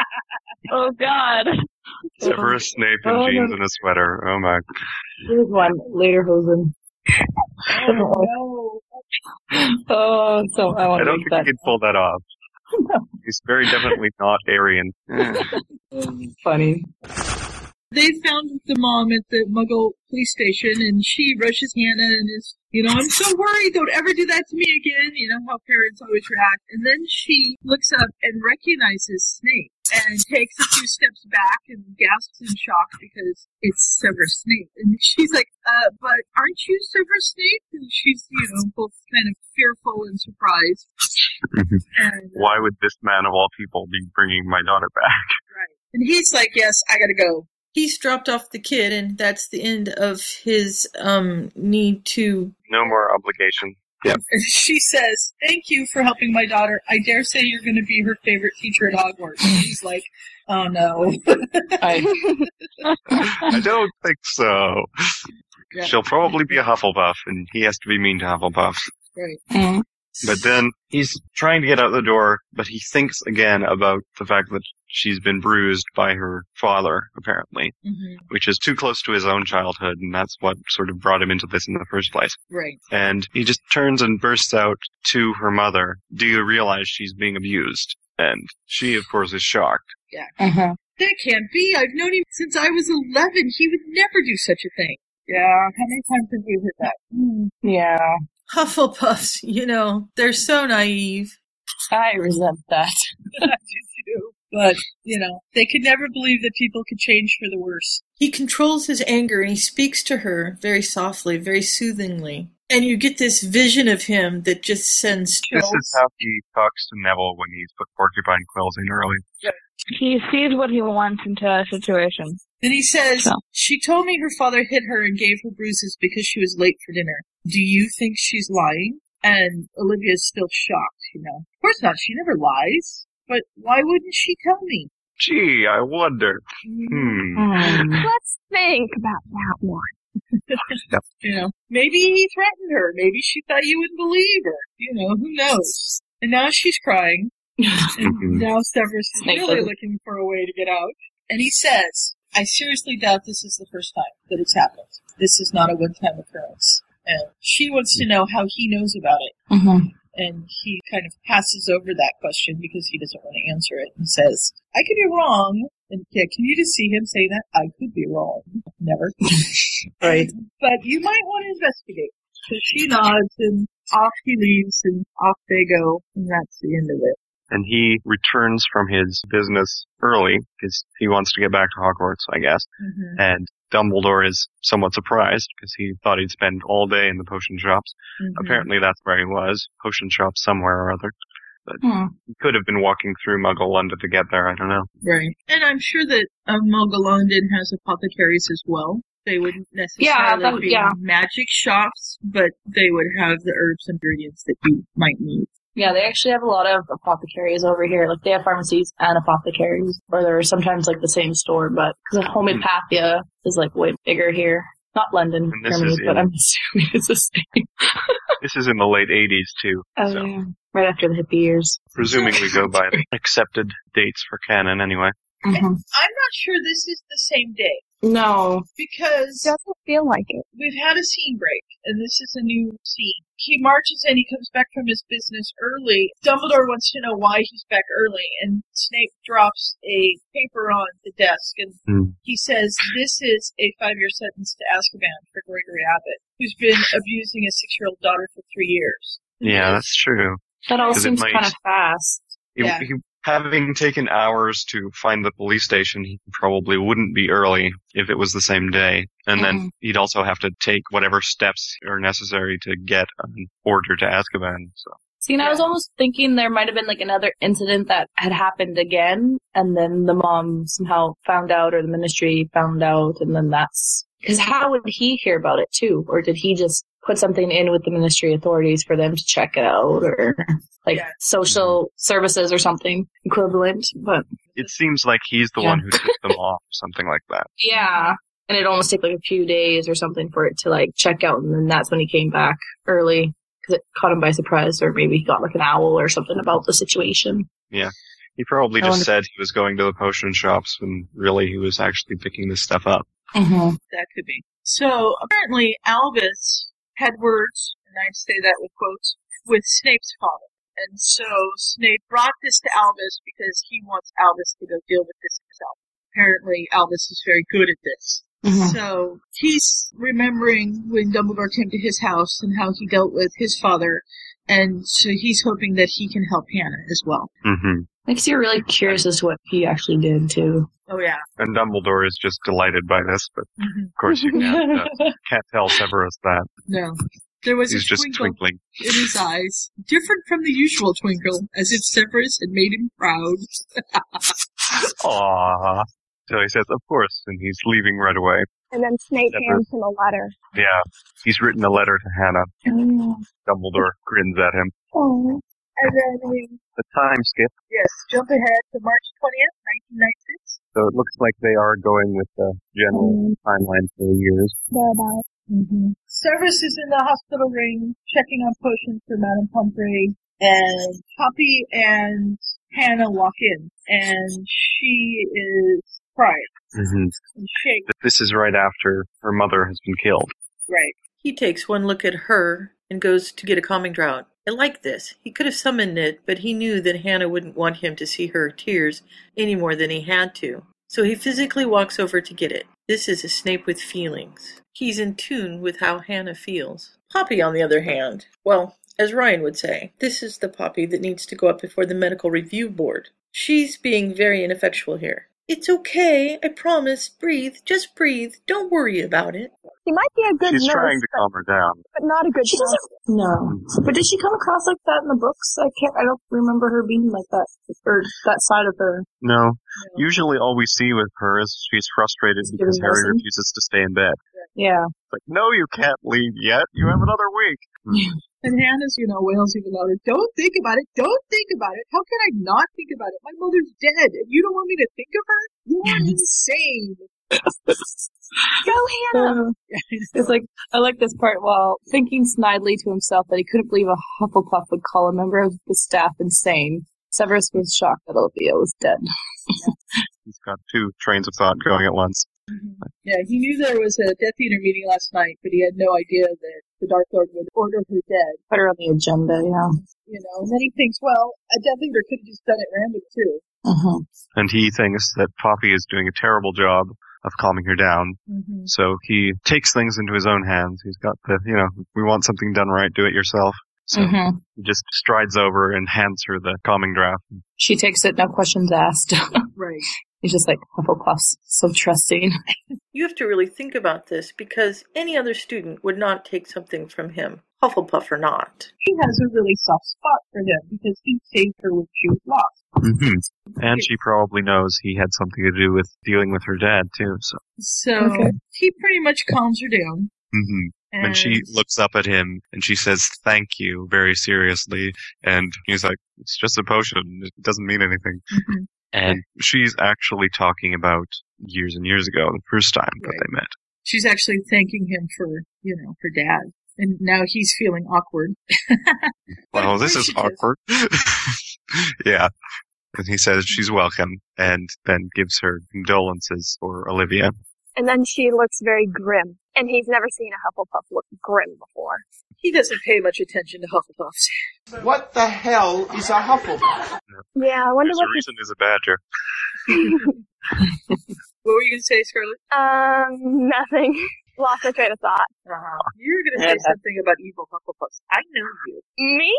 K: Oh God.
B: Severus Snape in
L: Oh, no.
B: jeans and a sweater. Oh my.
L: Here's one. Later, Hosen.
D: oh,
L: Oh, so I want
B: I
L: to make
B: don't think
L: that.
B: he could pull that off. He's very definitely not Aryan.
L: Funny.
D: They found the mom at the Muggle police station, and she rushes Hannah and is, you know, I'm so worried. Don't ever do that to me again. You know how parents always react. And then she looks up and recognizes Snape and takes a few steps back and gasps in shock because it's Severus Snape. And she's like, uh, but aren't you Severus Snape? And she's, you know, both kind of fearful and surprised. And, uh,
B: Why would this man of all people be bringing my daughter back?
D: And he's like, "Yes, I gotta go." He's dropped off the kid, and that's the end of his um need to.
B: No more obligation.
D: She says, "Thank you for helping my daughter. I dare say you're going to be her favorite teacher at Hogwarts." And he's like, "Oh no."
L: I,
B: I don't think so.
D: Yeah.
B: She'll probably be a Hufflepuff, and he has to be mean to Hufflepuff.
D: Right.
B: But then he's trying to get out the door, but he thinks again about the fact that she's been bruised by her father, apparently,
D: hmm
B: which is too close to his own childhood, and that's what sort of brought him into this in the first place.
D: Right.
B: and he just turns and bursts out to her mother, Do you realize she's being abused? And she, of course, is shocked.
D: Yeah. That can't be. I've known him since I was 11. He would never do such a thing. Yeah. How many times have you heard that?
K: Yeah.
D: Hufflepuffs, you know, they're so naive.
K: I resent that.
D: But, you know, they could never believe that people could change for the worse. He controls his anger and he speaks to her very softly, very soothingly. And you get this vision of him that just sends
B: This
D: chills.
B: is how he talks to Neville when he's put porcupine quills in early.
K: He sees what he wants into a situation.
D: Then he says, She told me her father hit her and gave her bruises because she was late for dinner. Do you think she's lying? And Olivia's still shocked, you know. Of course not. She never lies. But why wouldn't she tell me?
B: Gee, I wonder. Hmm.
E: Let's think about that one.
D: You know, maybe he threatened her. Maybe she thought you wouldn't believe her. You know, who knows? And now she's crying. and now Severus is
K: Snape
D: really
K: doesn't-
D: looking for a way to get out. And he says, I seriously doubt this is the first time that it's happened. This is not a one-time occurrence. And she wants to know how he knows about it. And he kind of passes over that question because he doesn't want to answer it and says, I could be wrong. And yeah, can you just see him say that? I could be wrong. Never.
K: Right.
D: But you might want to investigate. So she nods and off he leaves and off they go. And that's the end of it.
B: And he returns from his business early because he wants to get back to Hogwarts, I guess. And Dumbledore is somewhat surprised because he thought he'd spend all day in the potion shops. Apparently that's where he was. Potion shop somewhere or other. But
D: Hmm.
B: he could have been walking through Muggle London to get there. I don't know.
D: Right. And I'm sure that uh, Mogul London has apothecaries as well. They wouldn't necessarily
K: that-
D: be
K: yeah.
D: magic shops, but they would have the herbs and ingredients that you might need.
K: Yeah, they actually have a lot of apothecaries over here. Like they have pharmacies and apothecaries, or they're sometimes like the same store. But because homeopathia is like way bigger here, not London,
B: And this
K: Germany,
B: is
K: but
B: in-
K: I'm assuming it's the same.
B: This is in the late 80s too.
K: Oh yeah, right after the hippie years.
B: Presuming we go by the accepted dates for canon anyway.
D: I'm not sure this is the same day
K: No,
D: because
E: doesn't feel like it.
D: we've had a scene break, and this is a new scene. He marches in, he comes back from his business early. Dumbledore wants to know why he's back early, and Snape drops a paper on the desk, and he says this is a five-year sentence to Azkaban for Gregory Abbott, who's been abusing his six-year-old daughter for three years.
B: Yeah, that's true.
K: that all
B: 'Cause it
K: seems
B: might-
K: kind of fast.
B: He-
D: Yeah.
B: he- having taken hours to find the police station, he probably wouldn't be early if it was the same day. And then he'd also have to take whatever steps are necessary to get an order to Azkaban. So
K: See, and I was almost thinking there might have been like another incident that had happened again, and then the mom somehow found out, or the ministry found out, and then that's because how would he hear about it too, or did he just put something in with the ministry authorities for them to check it out, or like social services or something equivalent? But
B: it seems like he's the one who tipped them off, or something like that.
K: yeah, and it almost took like a few days or something for it to like check out, and then that's when he came back early because it caught him by surprise, or maybe he got like an owl or something about the situation.
B: Yeah. He probably
K: I
B: just
K: wonder-
B: said he was going to the potion shops when really he was actually picking this stuff up.
K: Mm-hmm.
D: That could be. So apparently Albus had words, and I say that with quotes, with Snape's father. And so Snape brought this to Albus because he wants Albus to go deal with this himself. Apparently Albus is very good at this.
K: Mhm.
D: So he's remembering when Dumbledore came to his house and how he dealt with his father, and so he's hoping that he can help Hannah as well.
B: Mm-hmm.
K: Makes you really curious as to what he actually did too.
D: Oh yeah.
B: And Dumbledore is just delighted by this, but
D: Mhm.
B: of course you can't, uh, can't tell Severus that.
D: No. There was
B: He's
D: a
B: just
D: twinkle
B: twinkling.
D: in his eyes, different from the usual twinkle, as if Severus had made him proud.
B: Aww. So he says, of course, and he's leaving right away.
E: And then Snape
B: Severus.
E: hands him a letter.
B: Yeah. He's written a letter to Hannah.
D: Mm.
E: Oh.
B: Dumbledore grins at him.
D: And then we,
B: The time skip.
D: yes, jump ahead to March 20th, 1996.
B: So it looks like they are going with the general
D: Mm.
E: um,
B: timeline for years.
E: Thereabouts.
D: Severus Mm-hmm. is in the hospital ring, checking on potions for Madame Pomfrey, and Poppy and Hannah walk in, and she is crying
B: Mm-hmm.
D: and shaking.
B: This is right after her mother has been killed.
D: Right. He takes one look at her
N: and goes to get a calming draught. I like this. He could have summoned it, but he knew that Hannah wouldn't want him to see her tears any more than he had to. So he physically walks over to get it. This is a Snape with feelings. He's in tune with how Hannah feels. Poppy, on the other hand, well, as Ryan would say, this is the Poppy that needs to go up before the medical review board. She's being very ineffectual here. It's okay, I promise. Breathe, just breathe. Don't worry about it.
E: He might be a good
B: She's
E: nurse,
B: trying to calm her down.
E: but not a good
K: She doesn't. No, but did she come across like that in the books? I can't. I don't remember her being like that or that side of her.
B: No. Usually, all we see with her is she's frustrated because Harry
K: medicine?
B: refuses to stay in bed.
K: Yeah.
B: It's like, no, you can't leave yet. You have another week.
D: And Hannah's, you know, wails even louder. Don't think about it. Don't think about it. How can I not think about it? My mother's dead, and you don't want me to think of her? You are insane.
K: Go, Hannah. Uh, it's like I like this part while thinking snidely to himself that he couldn't believe a Hufflepuff would call a member of the staff insane. Severus was shocked that Olivia was dead.
B: He's got two trains of thought going at once.
K: Mm-hmm.
D: Yeah, he knew there was a Death Eater meeting last night, but he had no idea that the Dark Lord would order her dead.
K: Put her on the agenda. Yeah.
D: You know, and then he thinks, well, a Death Eater could have just done it random too.
K: Uh-huh.
B: And he thinks that Poppy is doing a terrible job of calming her down.
D: Mhm.
B: So he takes things into his own hands. He's got the, you know, we want something done right, do it yourself. So
K: Mhm.
B: he just strides over and hands her the calming draft.
K: She takes it, no questions asked.
D: right.
K: He's just like Hufflepuff's so trusting.
N: You have to really think about this because any other student would not take something from him, Hufflepuff or not.
D: She has a really soft spot for him because he saved her when she was lost.
B: hmm And she probably knows he had something to do with dealing with her dad too. So,
D: So he pretty much calms her down.
B: hmm and, she looks up at him and she says, "Thank you," very seriously. And he's like, "It's just a potion. It doesn't mean anything."
D: Mhm.
B: And she's actually talking about years and years ago, the first time that they met.
D: She's actually thanking him for, you know, her dad. And now he's feeling awkward.
B: Well, this is awkward. yeah. And he says she's welcome, and then gives her condolences for Olivia.
E: and then she looks very grim. And he's never seen a Hufflepuff look grim before.
D: He doesn't pay much attention to Hufflepuffs.
O: What the hell is a Hufflepuff?
E: Yeah, I wonder
B: There's
E: what
B: a reason he's a badger.
D: What were you going to say, Scarlett?
E: Um, nothing. Lost my train of thought.
D: You were going to say something about evil Hufflepuffs. I know you.
E: Me?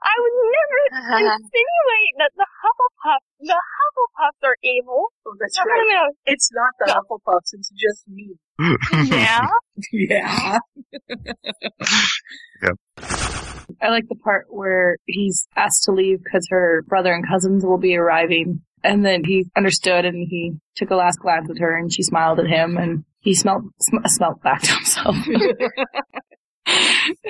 E: I would never insinuate that the Hufflepuff, the Hufflepuffs are evil.
D: Oh, That's
E: No, no,
D: right.
E: no.
D: It's not the Hufflepuffs. It's just me.
E: Yeah.
D: yeah.
K: I like the part where he's asked to leave because her brother and cousins will be arriving. And then he understood and he took a last glance at her and she smiled at him and he smelt, sm- smelt back to himself.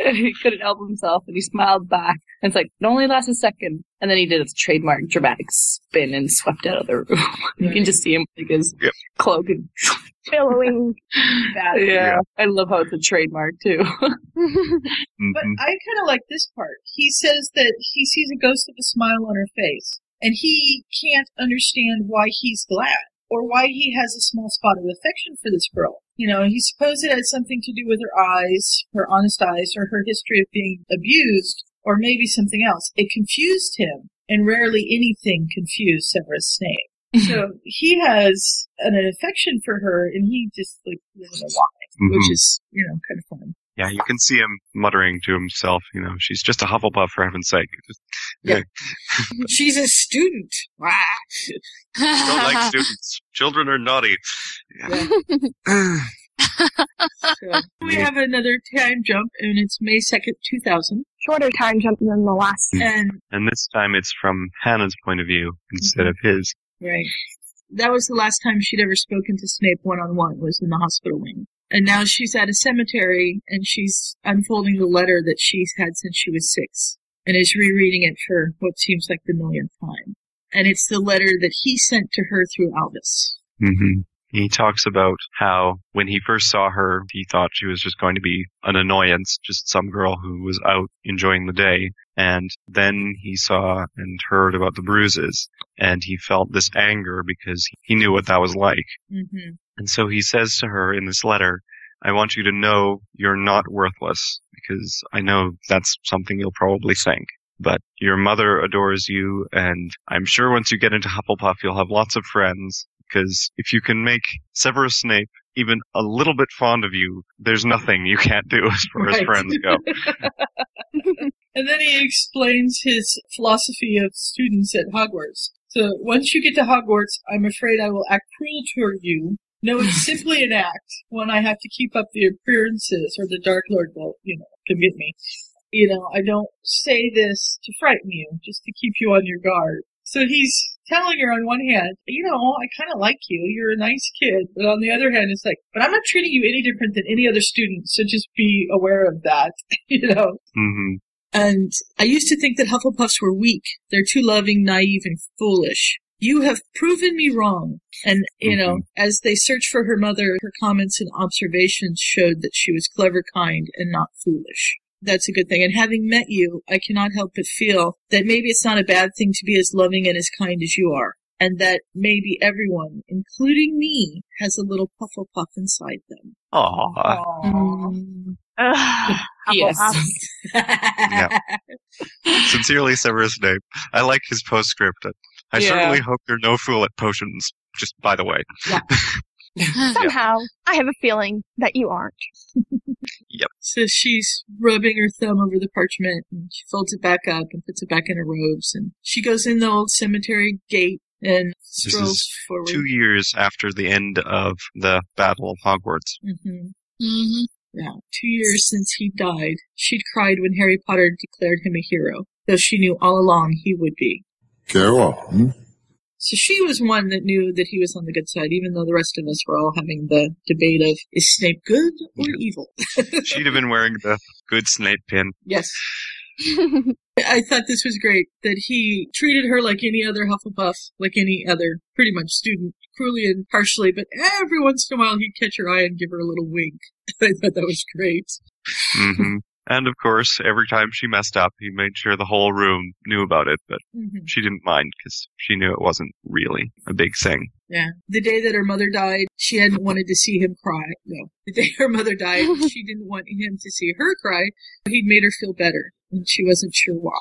K: he couldn't help himself and he smiled back. And it's like, it only lasted a second. And then he did a trademark dramatic spin and swept out of the room. you can just see him like his cloak and
E: billowing.
K: yeah. I love how it's a trademark too.
D: But
B: Mm-hmm.
D: I kind of like this part. He says that he sees a ghost of a smile on her face, and he can't understand why he's glad or why he has a small spot of affection for this girl. You know, he supposed it had something to do with her eyes, her honest eyes, or her history of being abused, or maybe something else. It confused him, and rarely anything confused Severus Snape. So he has an affection for her, and he just like doesn't know why, which
B: Mhm.
D: is you know kind of fun.
B: Yeah, you can see him muttering to himself, you know, she's just a Hufflepuff for heaven's sake. Just, yeah.
D: She's a student.
B: Don't
E: Ah.
B: like students. Children are naughty.
D: We have another time jump, and it's May 2nd, 2000.
E: Shorter time jump than the last.
D: And,
B: And this time it's from Hannah's point of view instead
E: Mm-hmm.
B: of his.
D: right. That was the last time she'd ever spoken to Snape one on one, was in the hospital wing. And now she's at a cemetery, and she's unfolding the letter that she's had since she was six, and is rereading it for what seems like the millionth time. And it's the letter that he sent to her through Albus.
B: hmm He talks about how when he first saw her, he thought she was just going to be an annoyance, just some girl who was out enjoying the day. And then he saw and heard about the bruises, and he felt this anger because he knew what that was like.
D: Mm-hmm.
B: And so he says to her in this letter, I want you to know you're not worthless because I know that's something you'll probably think. But your mother adores you, and I'm sure once you get into Hufflepuff, you'll have lots of friends because if you can make Severus Snape even a little bit fond of you, there's nothing you can't do as far as
D: Right.
B: friends go.
D: And then he explains his philosophy of students at Hogwarts. So once you get to Hogwarts, I'm afraid I will act cruel toward you. No, it's simply an act. One, I have to keep up the appearances, or the Dark Lord will, you know, come get me. You know, I don't say this to frighten you, just to keep you on your guard. So he's telling her on one hand, you know, I kind of like you. You're a nice kid. But on the other hand, it's like, but I'm not treating you any different than any other student. So just be aware of that, you know.
B: Mm-hmm.
D: And I used to think that Hufflepuffs were weak. They're too loving, naive, and foolish. You have proven me wrong. And, you know, as they searched for her mother, her comments and observations showed that she was clever, kind, and not foolish. That's a good thing. And having met you, I cannot help but feel that maybe it's not a bad thing to be as loving and as kind as you are. And that maybe everyone, including me, has a little puffle puff inside them.
B: Aw.
D: yes.
B: yeah. Sincerely, Severus Snape. I like his postscript. I
P: Yeah.
B: certainly hope you're no fool at potions. Just by the way.
E: Somehow, I have a feeling that you aren't.
B: Yep.
D: So she's rubbing her thumb over the parchment and she folds it back up and puts it back in her robes and she goes in the old cemetery gate and
B: This
D: strolls
B: is
D: forward.
B: two years after the end of the Battle of Hogwarts.
D: Mm-hmm. Mm-hmm. Yeah, two years since he died, she'd cried when Harry Potter declared him a hero, though she knew all along he would be.
H: Go on.
D: So she was one that knew that he was on the good side, even though the rest of us were all having the debate of is Snape good or evil?
B: She'd have been wearing the good Snape pin.
D: Yes. I thought this was great that he treated her like any other Hufflepuff, like any other pretty much student, cruelly and harshly, but every once in a while he'd catch her eye and give her a little wink. I thought that was great.
B: hmm And of course, every time she messed up, he made sure the whole room knew about it, but
D: Mhm.
B: she didn't mind because she knew it wasn't really a big thing.
D: Yeah. The day that her mother died, she hadn't wanted to see him cry. No. The day her mother died, she didn't want him to see her cry. He'd made her feel better, and she wasn't sure why.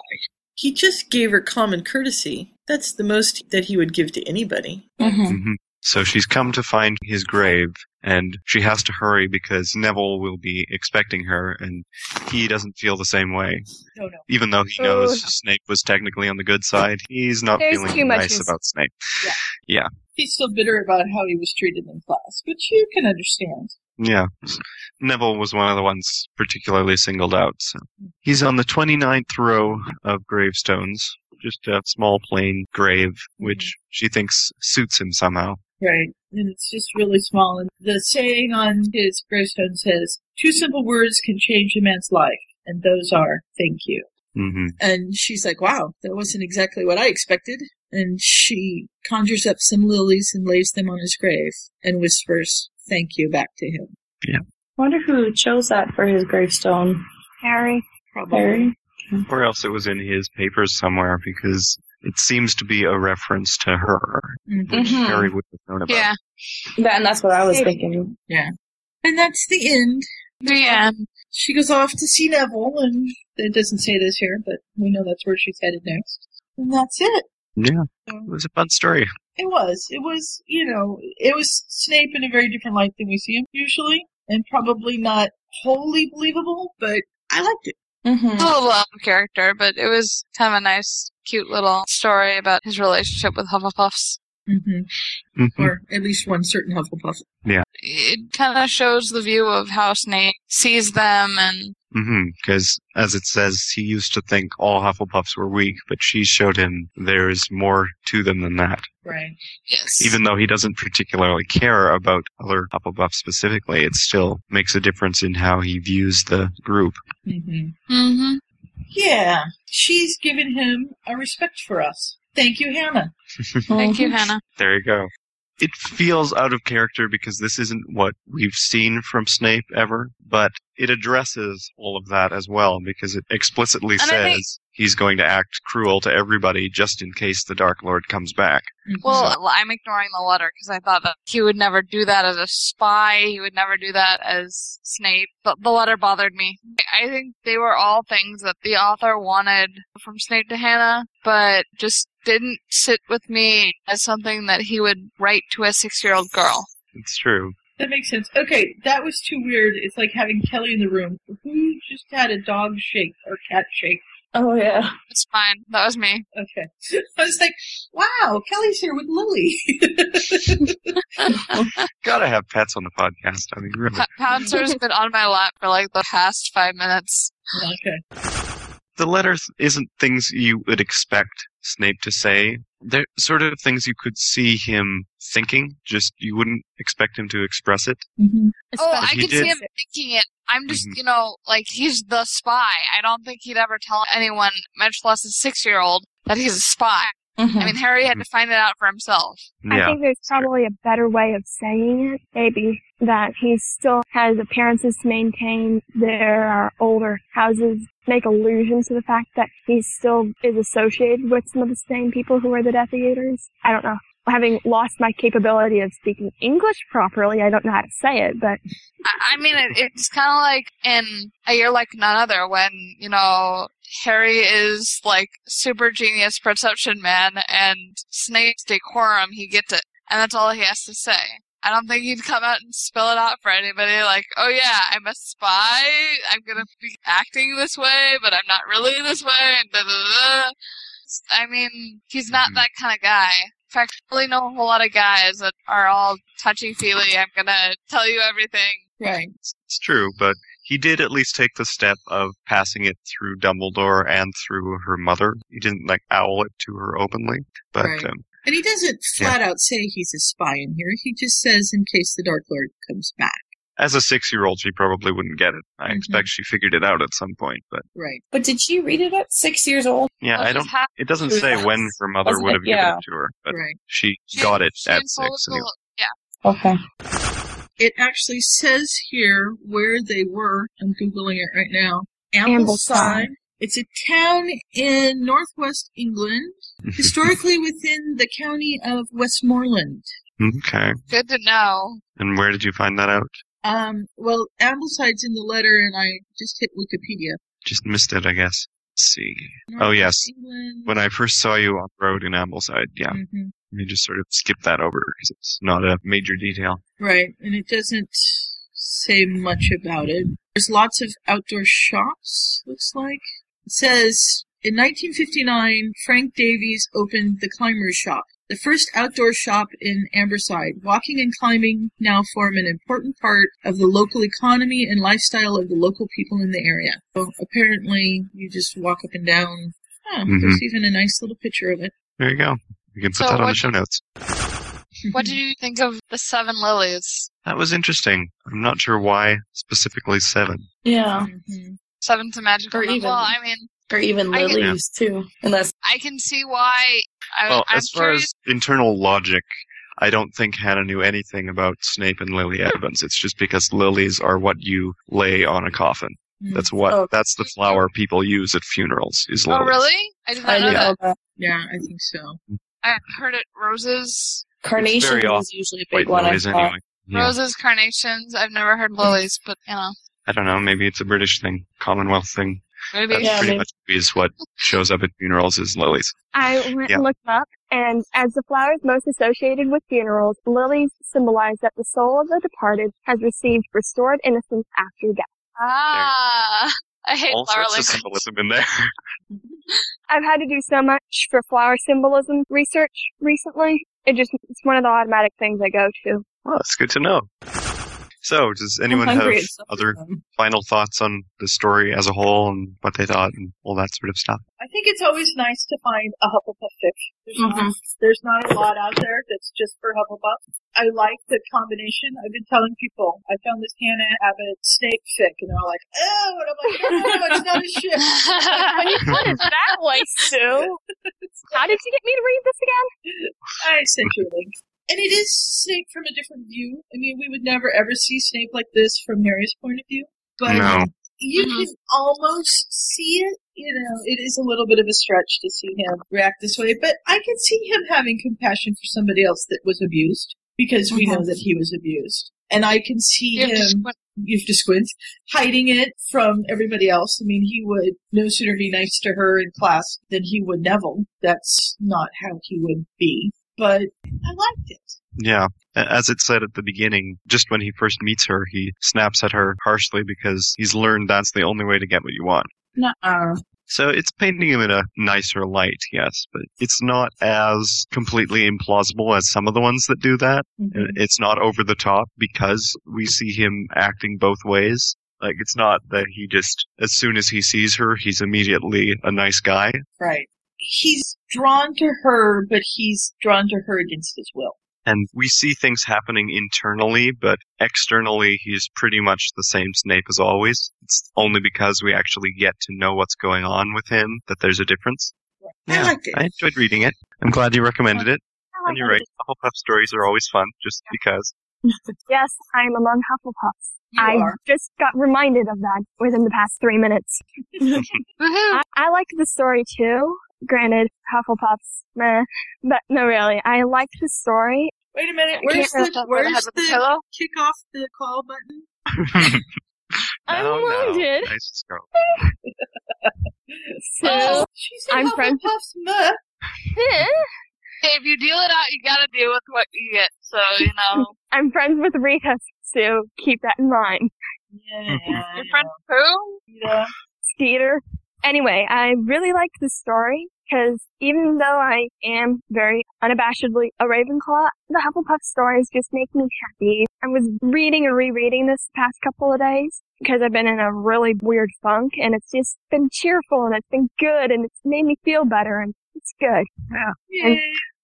D: He just gave her common courtesy. That's the most that he would give to anybody.
B: hmm So she's come to find his grave, and she has to hurry because Neville will be expecting her, and he doesn't feel the same way.
D: No, no.
B: Even though he
P: Oh,
B: knows
P: no.
B: Snape was technically on the good side, he's not
D: There's
B: feeling
D: too much
B: nice
D: mis-
B: about Snape.
D: Yeah.
B: Yeah.
D: He's still bitter about how he was treated in class, which you can understand.
B: Yeah. Neville was one of the ones particularly singled out. So. He's on the 29th row of gravestones, just a small plain grave,
D: Mm-hmm.
B: which she thinks suits him somehow.
D: Right. And it's just really small. And the saying on his gravestone says, two simple words can change a man's life, and those are, thank you.
B: Mm-hmm.
D: And she's like, wow, that wasn't exactly what I expected. And she conjures up some lilies and lays them on his grave and whispers, thank you back to him.
F: wonder who chose that for his gravestone.
K: Harry.
F: Harry.
B: Or else it was in his papers somewhere because it seems to be a reference to her,
D: Mm-hmm.
B: which
F: Mhm.
B: Harry would have known about.
F: That, and that's what I was thinking.
D: Yeah. And that's the end.
K: Yeah.
D: She goes off to see Neville, and it doesn't say this here, but we know that's where she's headed next. And that's it.
B: Yeah. It was a fun story.
D: It was. It was, you know, it was Snape in a very different light than we see him usually, and probably not wholly believable, but I liked it.
F: Mm-hmm.
P: Oh,
K: Still a loved character, but it was kind of a nice, cute little story about his relationship with Hufflepuffs.
D: Mm-hmm.
B: Mhm.
D: Or at least one certain Hufflepuff.
B: Yeah.
K: It kind of shows the view of how Snape sees them and
B: Because Mm-hmm. as it says, he used to think all Hufflepuffs were weak, but she showed him there is more to them than that.
D: Right.
K: Yes.
B: Even though he doesn't particularly care about other Hufflepuffs specifically, it still makes a difference in how he views the group.
D: Mm-hmm.
K: Mm-hmm.
D: Yeah. She's given him a respect for us. Thank you, Hannah.
K: Thank you, Hannah.
B: There you go. It feels out of character because this isn't what we've seen from Snape ever, but it addresses all of that as well because it explicitly
K: And I think-
B: says he's going to act cruel to everybody just in case the Dark Lord comes back.
F: Well, I'm ignoring the letter because I thought that he would never do that as a spy. He would never do that as Snape. But the letter bothered me. I I think they were all things that the author wanted from Snape to Hannah, but just didn't sit with me as something that he would write to a six-year-old girl.
B: It's true.
D: That makes sense. Okay, that was too weird. It's like having Kelly in the room. Who just had a dog shake or cat shake?
A: Oh yeah.
F: It's fine. That was me.
D: Okay. I was like, wow, Kelly's here with Lily.
B: Gotta have pets on the podcast. I mean, really.
F: P- Pouncer's been on my lap for like the past five minutes.
D: Okay.
B: The letters isn't things you would expect Snape to say. They're sort of things you could see him thinking, just you wouldn't expect him to express it.
F: Oh,
B: If
F: I
B: he
F: could
B: did-
F: see him thinking it. I'm just,
B: Mhm.
F: you know, like he's the spy. I don't think he'd ever tell anyone, much less a six-year-old, that he's a spy. I mean, Harry had to find it out for himself.
K: I think there's probably a better way of saying it. Maybe that he still has appearances to maintain. There are older houses make allusions to the fact that he still is associated with some of the same people who are the Death Eaters. I don't know. Having lost my capability of speaking English properly, I don't know how to say it, but
F: I, I mean, it, it's kind of like in a year like none other when, you know, Harry is like super genius perception man and Snape's decorum, he gets it. And that's all he has to say. I don't think he'd come out and spell it out for anybody like, oh yeah, I'm a spy, I'm gonna be acting this way, but I'm not really this way, and da da da. I mean, he's
B: Mm-hmm.
F: not that kind of guy. In fact, I really know a whole lot of guys that are all touchy feely. I'm gonna tell you everything.
D: Right.
B: It's true, but he did at least take the step of passing it through Dumbledore and through her mother. He didn't like owl it to her openly, but
D: Right.
B: um,
D: And he doesn't flat out say he's a spy in here. He just says in case the Dark Lord comes back.
B: as a six-year-old, she probably wouldn't get it. I expect she figured it out at some point, but
D: Right.
A: But did she read it at six years old?
B: yeah, I don't. It doesn't
A: She
B: say
A: was-
B: when her mother
A: wasn't
B: would
A: it?
B: have given
A: Yeah.
B: it to her, but
D: Right.
B: she got it at
F: Full of
B: six.
F: the
B: Anyway.
F: lo- yeah.
A: Okay.
D: It actually says here where they were. I'm googling it right now. Ambleside. It's a town in northwest England, historically within the county of Westmoreland.
B: Okay.
F: Good to know.
B: And where did you find that out?
D: Um, well, Ambleside's in the letter, and I just hit Wikipedia.
B: Just missed it, I guess. Let's see. oh
D: Northwest
B: yes,
D: England.
B: when I first saw you on the road in Ambleside, yeah.
D: Mhm.
B: Let me just sort of skip that over because it's not a major detail.
D: Right, and it doesn't say much about it. There's lots of outdoor shops, looks like. It says in 1959, Frank Davies opened the Climbers Shop, the first outdoor shop in Amberside. Walking and climbing now form an important part of the local economy and lifestyle of the local people in the area. So apparently, you just walk up and down. Oh, There's
B: Mhm.
D: even a nice little picture of it.
B: There you go. You can put
F: So
B: that on the
F: what-
B: show notes.
F: What did you think of the Seven Lilies?
B: That was interesting. I'm not sure why specifically seven.
A: Yeah.
D: Mm-hmm.
F: Seven's a magical
A: Or
F: number.
A: even-
F: Well, I mean,
A: Or even
F: I-
A: Lily's too. Unless
F: I can see why. I,
B: well,
F: I'm
B: as far
F: curious.
B: as internal logic, I don't think Hannah knew anything about Snape and Lily
F: Hmm.
B: Evans. It's just because lilies are what you lay on a coffin.
D: Mm.
B: That's what.
D: Oh.
B: That's the flower people use at funerals. Is
F: Hmm. oh,
B: lilies.
F: really? I did not know that.
D: Yeah, I think so.
F: I heard it roses.
B: It's very
A: Carnation
B: off-
A: is usually a
B: white
A: big one. I
B: lilies
A: thought.
B: anyway. Yeah.
F: Roses, carnations. I've never heard lilies, but you know,
B: I don't know. Maybe it's a British thing, Commonwealth thing.
F: maybe.
B: That pretty much is what shows up at funerals is lilies.
K: I went
B: Yeah.
K: and looked up, and as the flowers most associated with funerals, lilies symbolize that the soul of the departed has received restored innocence after death.
F: Ah, I hate
B: All
F: flower
B: sorts of
F: language.
B: symbolism in there.
K: I've had to do so much for flower symbolism research recently. It just, it's one of the automatic things I go to.
B: Well, that's good to know. So, does anyone have
K: hungry, it's
B: other final thoughts on the story as a whole and what they thought and all that sort of stuff?
D: I think it's always nice to find a Hufflepuff fic. There's,
A: Mhm.
B: Mm-hmm.
D: not, there's not a lot out there that's just for Hufflepuff. I like the combination. I've been telling people I found this Hannah Abbott snake fic, and they're all like, "Oh," and I'm like, "No, no, no, it's not a shit."
A: When you put it
K: that way, Sue, how did you get me to read this again?
D: I sent you a link. And it is Snape from a different view. I mean, we would never ever see Snape like this from Harry's point of view, but
B: No.
D: you
F: Mm-hmm.
D: can almost see it. You know, it is a little bit of a stretch to see him react this way, but I can see him having compassion for somebody else that was abused because we know
A: Mhm.
D: that he was abused. And I can see
F: Mm-hmm. You have to
D: him, you have to squint, hiding it from everybody else. I mean, he would no sooner be nice to her in class than he would Neville. That's not how he would be. But I liked it.
B: Yeah. A- As it said at the beginning, just when he first meets her, he snaps at her harshly because he's learned that's the only way to get what you want.
A: Nuh-uh.
B: So it's painting him in a nicer light, yes, but it's not as completely implausible as some of the ones that do that. And It's not over the top because we see him acting both ways. Like, it's not that he just, as soon as he sees her, he's immediately a nice guy.
D: Right. He's drawn to her, but he's drawn to her against his will.
B: And we see things happening internally, but externally, he's pretty much the same Snape as always. It's only because we actually get to know what's going on with him that there's a difference.
D: I liked it.
B: I enjoyed reading it. I'm glad you recommended it. And you're right, the Hufflepuff stories are always fun just because.
K: Yes, I'm among Hufflepuffs.
D: You
K: I
D: are.
K: just got reminded of that within the past three minutes.
A: Mm-hmm.
K: I, I liked the story too. Granted, Hufflepuffs, meh, but no, really, I liked the story.
D: Wait a minute.
K: I
D: Where's
K: can't really
D: the
K: tell where the
D: where's
K: head
D: the,
K: of the pillow?
D: kick off the call button?
K: I'm
B: No, no.
K: wounded.
B: Oh, Nice girl.
K: So,
F: Uh,
D: Oh, she said
K: I'm friends.
D: Hufflepuffs, meh.
A: Mm-hmm.
F: Hey, if you deal it out, you gotta deal with what you get. So you know,
K: I'm friends with Rita, so keep that in mind.
F: your friend who?
D: Yeah.
K: Skeeter. Anyway, I really liked the story because even though I am very unabashedly a Ravenclaw, the Hufflepuff stories just make me happy. I was reading and rereading this past couple of days because I've been in a really weird funk and it's just been cheerful and it's been good and it's made me feel better and it's good. Yeah. And,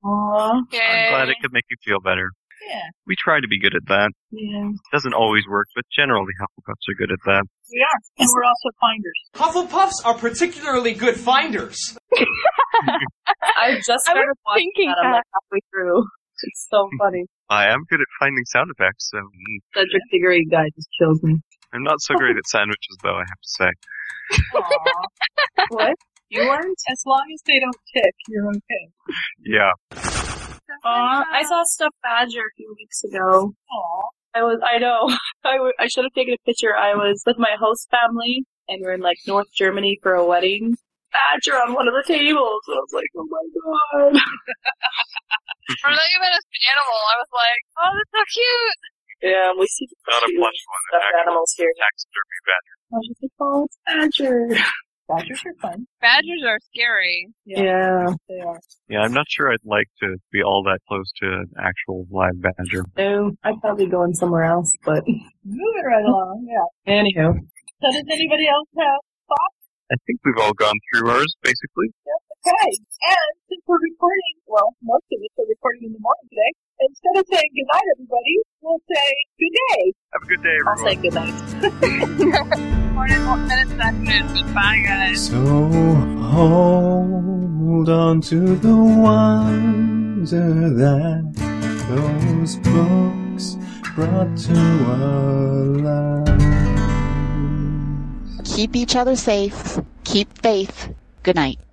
B: I'm glad it could make you feel better.
D: Yeah.
B: We try to be good at that.
D: Yeah.
B: Doesn't always work, but generally Hufflepuffs are good at that.
D: We are. And we're also finders.
Q: Hufflepuffs are particularly good finders.
A: I just started watching
K: thinking
A: that. I'm
K: that.
A: like halfway through. It's so funny.
B: I am good at finding sound effects, so mm.
A: Cedric Diggory guy just kills me.
B: I'm not so great at sandwiches though, I have to say.
D: what? You aren't? As long as they don't kick, you're okay.
B: Yeah.
A: Aw, I saw Stuffed Badger a few weeks ago. Aw. I was, I know. I, w- I should have taken a picture. I was with my host family, and we are in like North Germany for a wedding. Badger on one of the tables. I was like, oh my god.
F: Or that you meant as an animal. I was like, oh, that's so cute.
A: Yeah, we see
B: Not a
A: cute
B: plush one, an
A: stuffed
B: actual
A: animals here.
B: taxidermy badger.
A: I was just like, oh, it's Badger.
D: Badgers are fun.
F: Badgers are scary.
A: Yeah.
D: They are.
B: Yeah, I'm not sure I'd like to be all that close to an actual live badger.
A: No, I'd probably go in somewhere else, but
D: Moving right along, yeah.
A: anywho.
D: So does anybody else have thoughts?
B: I think we've all gone through ours, basically.
D: Okay. And since we're recording, well, most of us are recording in the morning today, instead of saying goodnight, everybody, we'll say good day.
B: Have a good day, everyone.
A: I'll say goodnight.
F: Morning, what minutes, afternoon. Goodbye, guys.
H: So hold on to the wonder that those books brought to our lives.
R: Keep each other safe. Keep faith. Good night.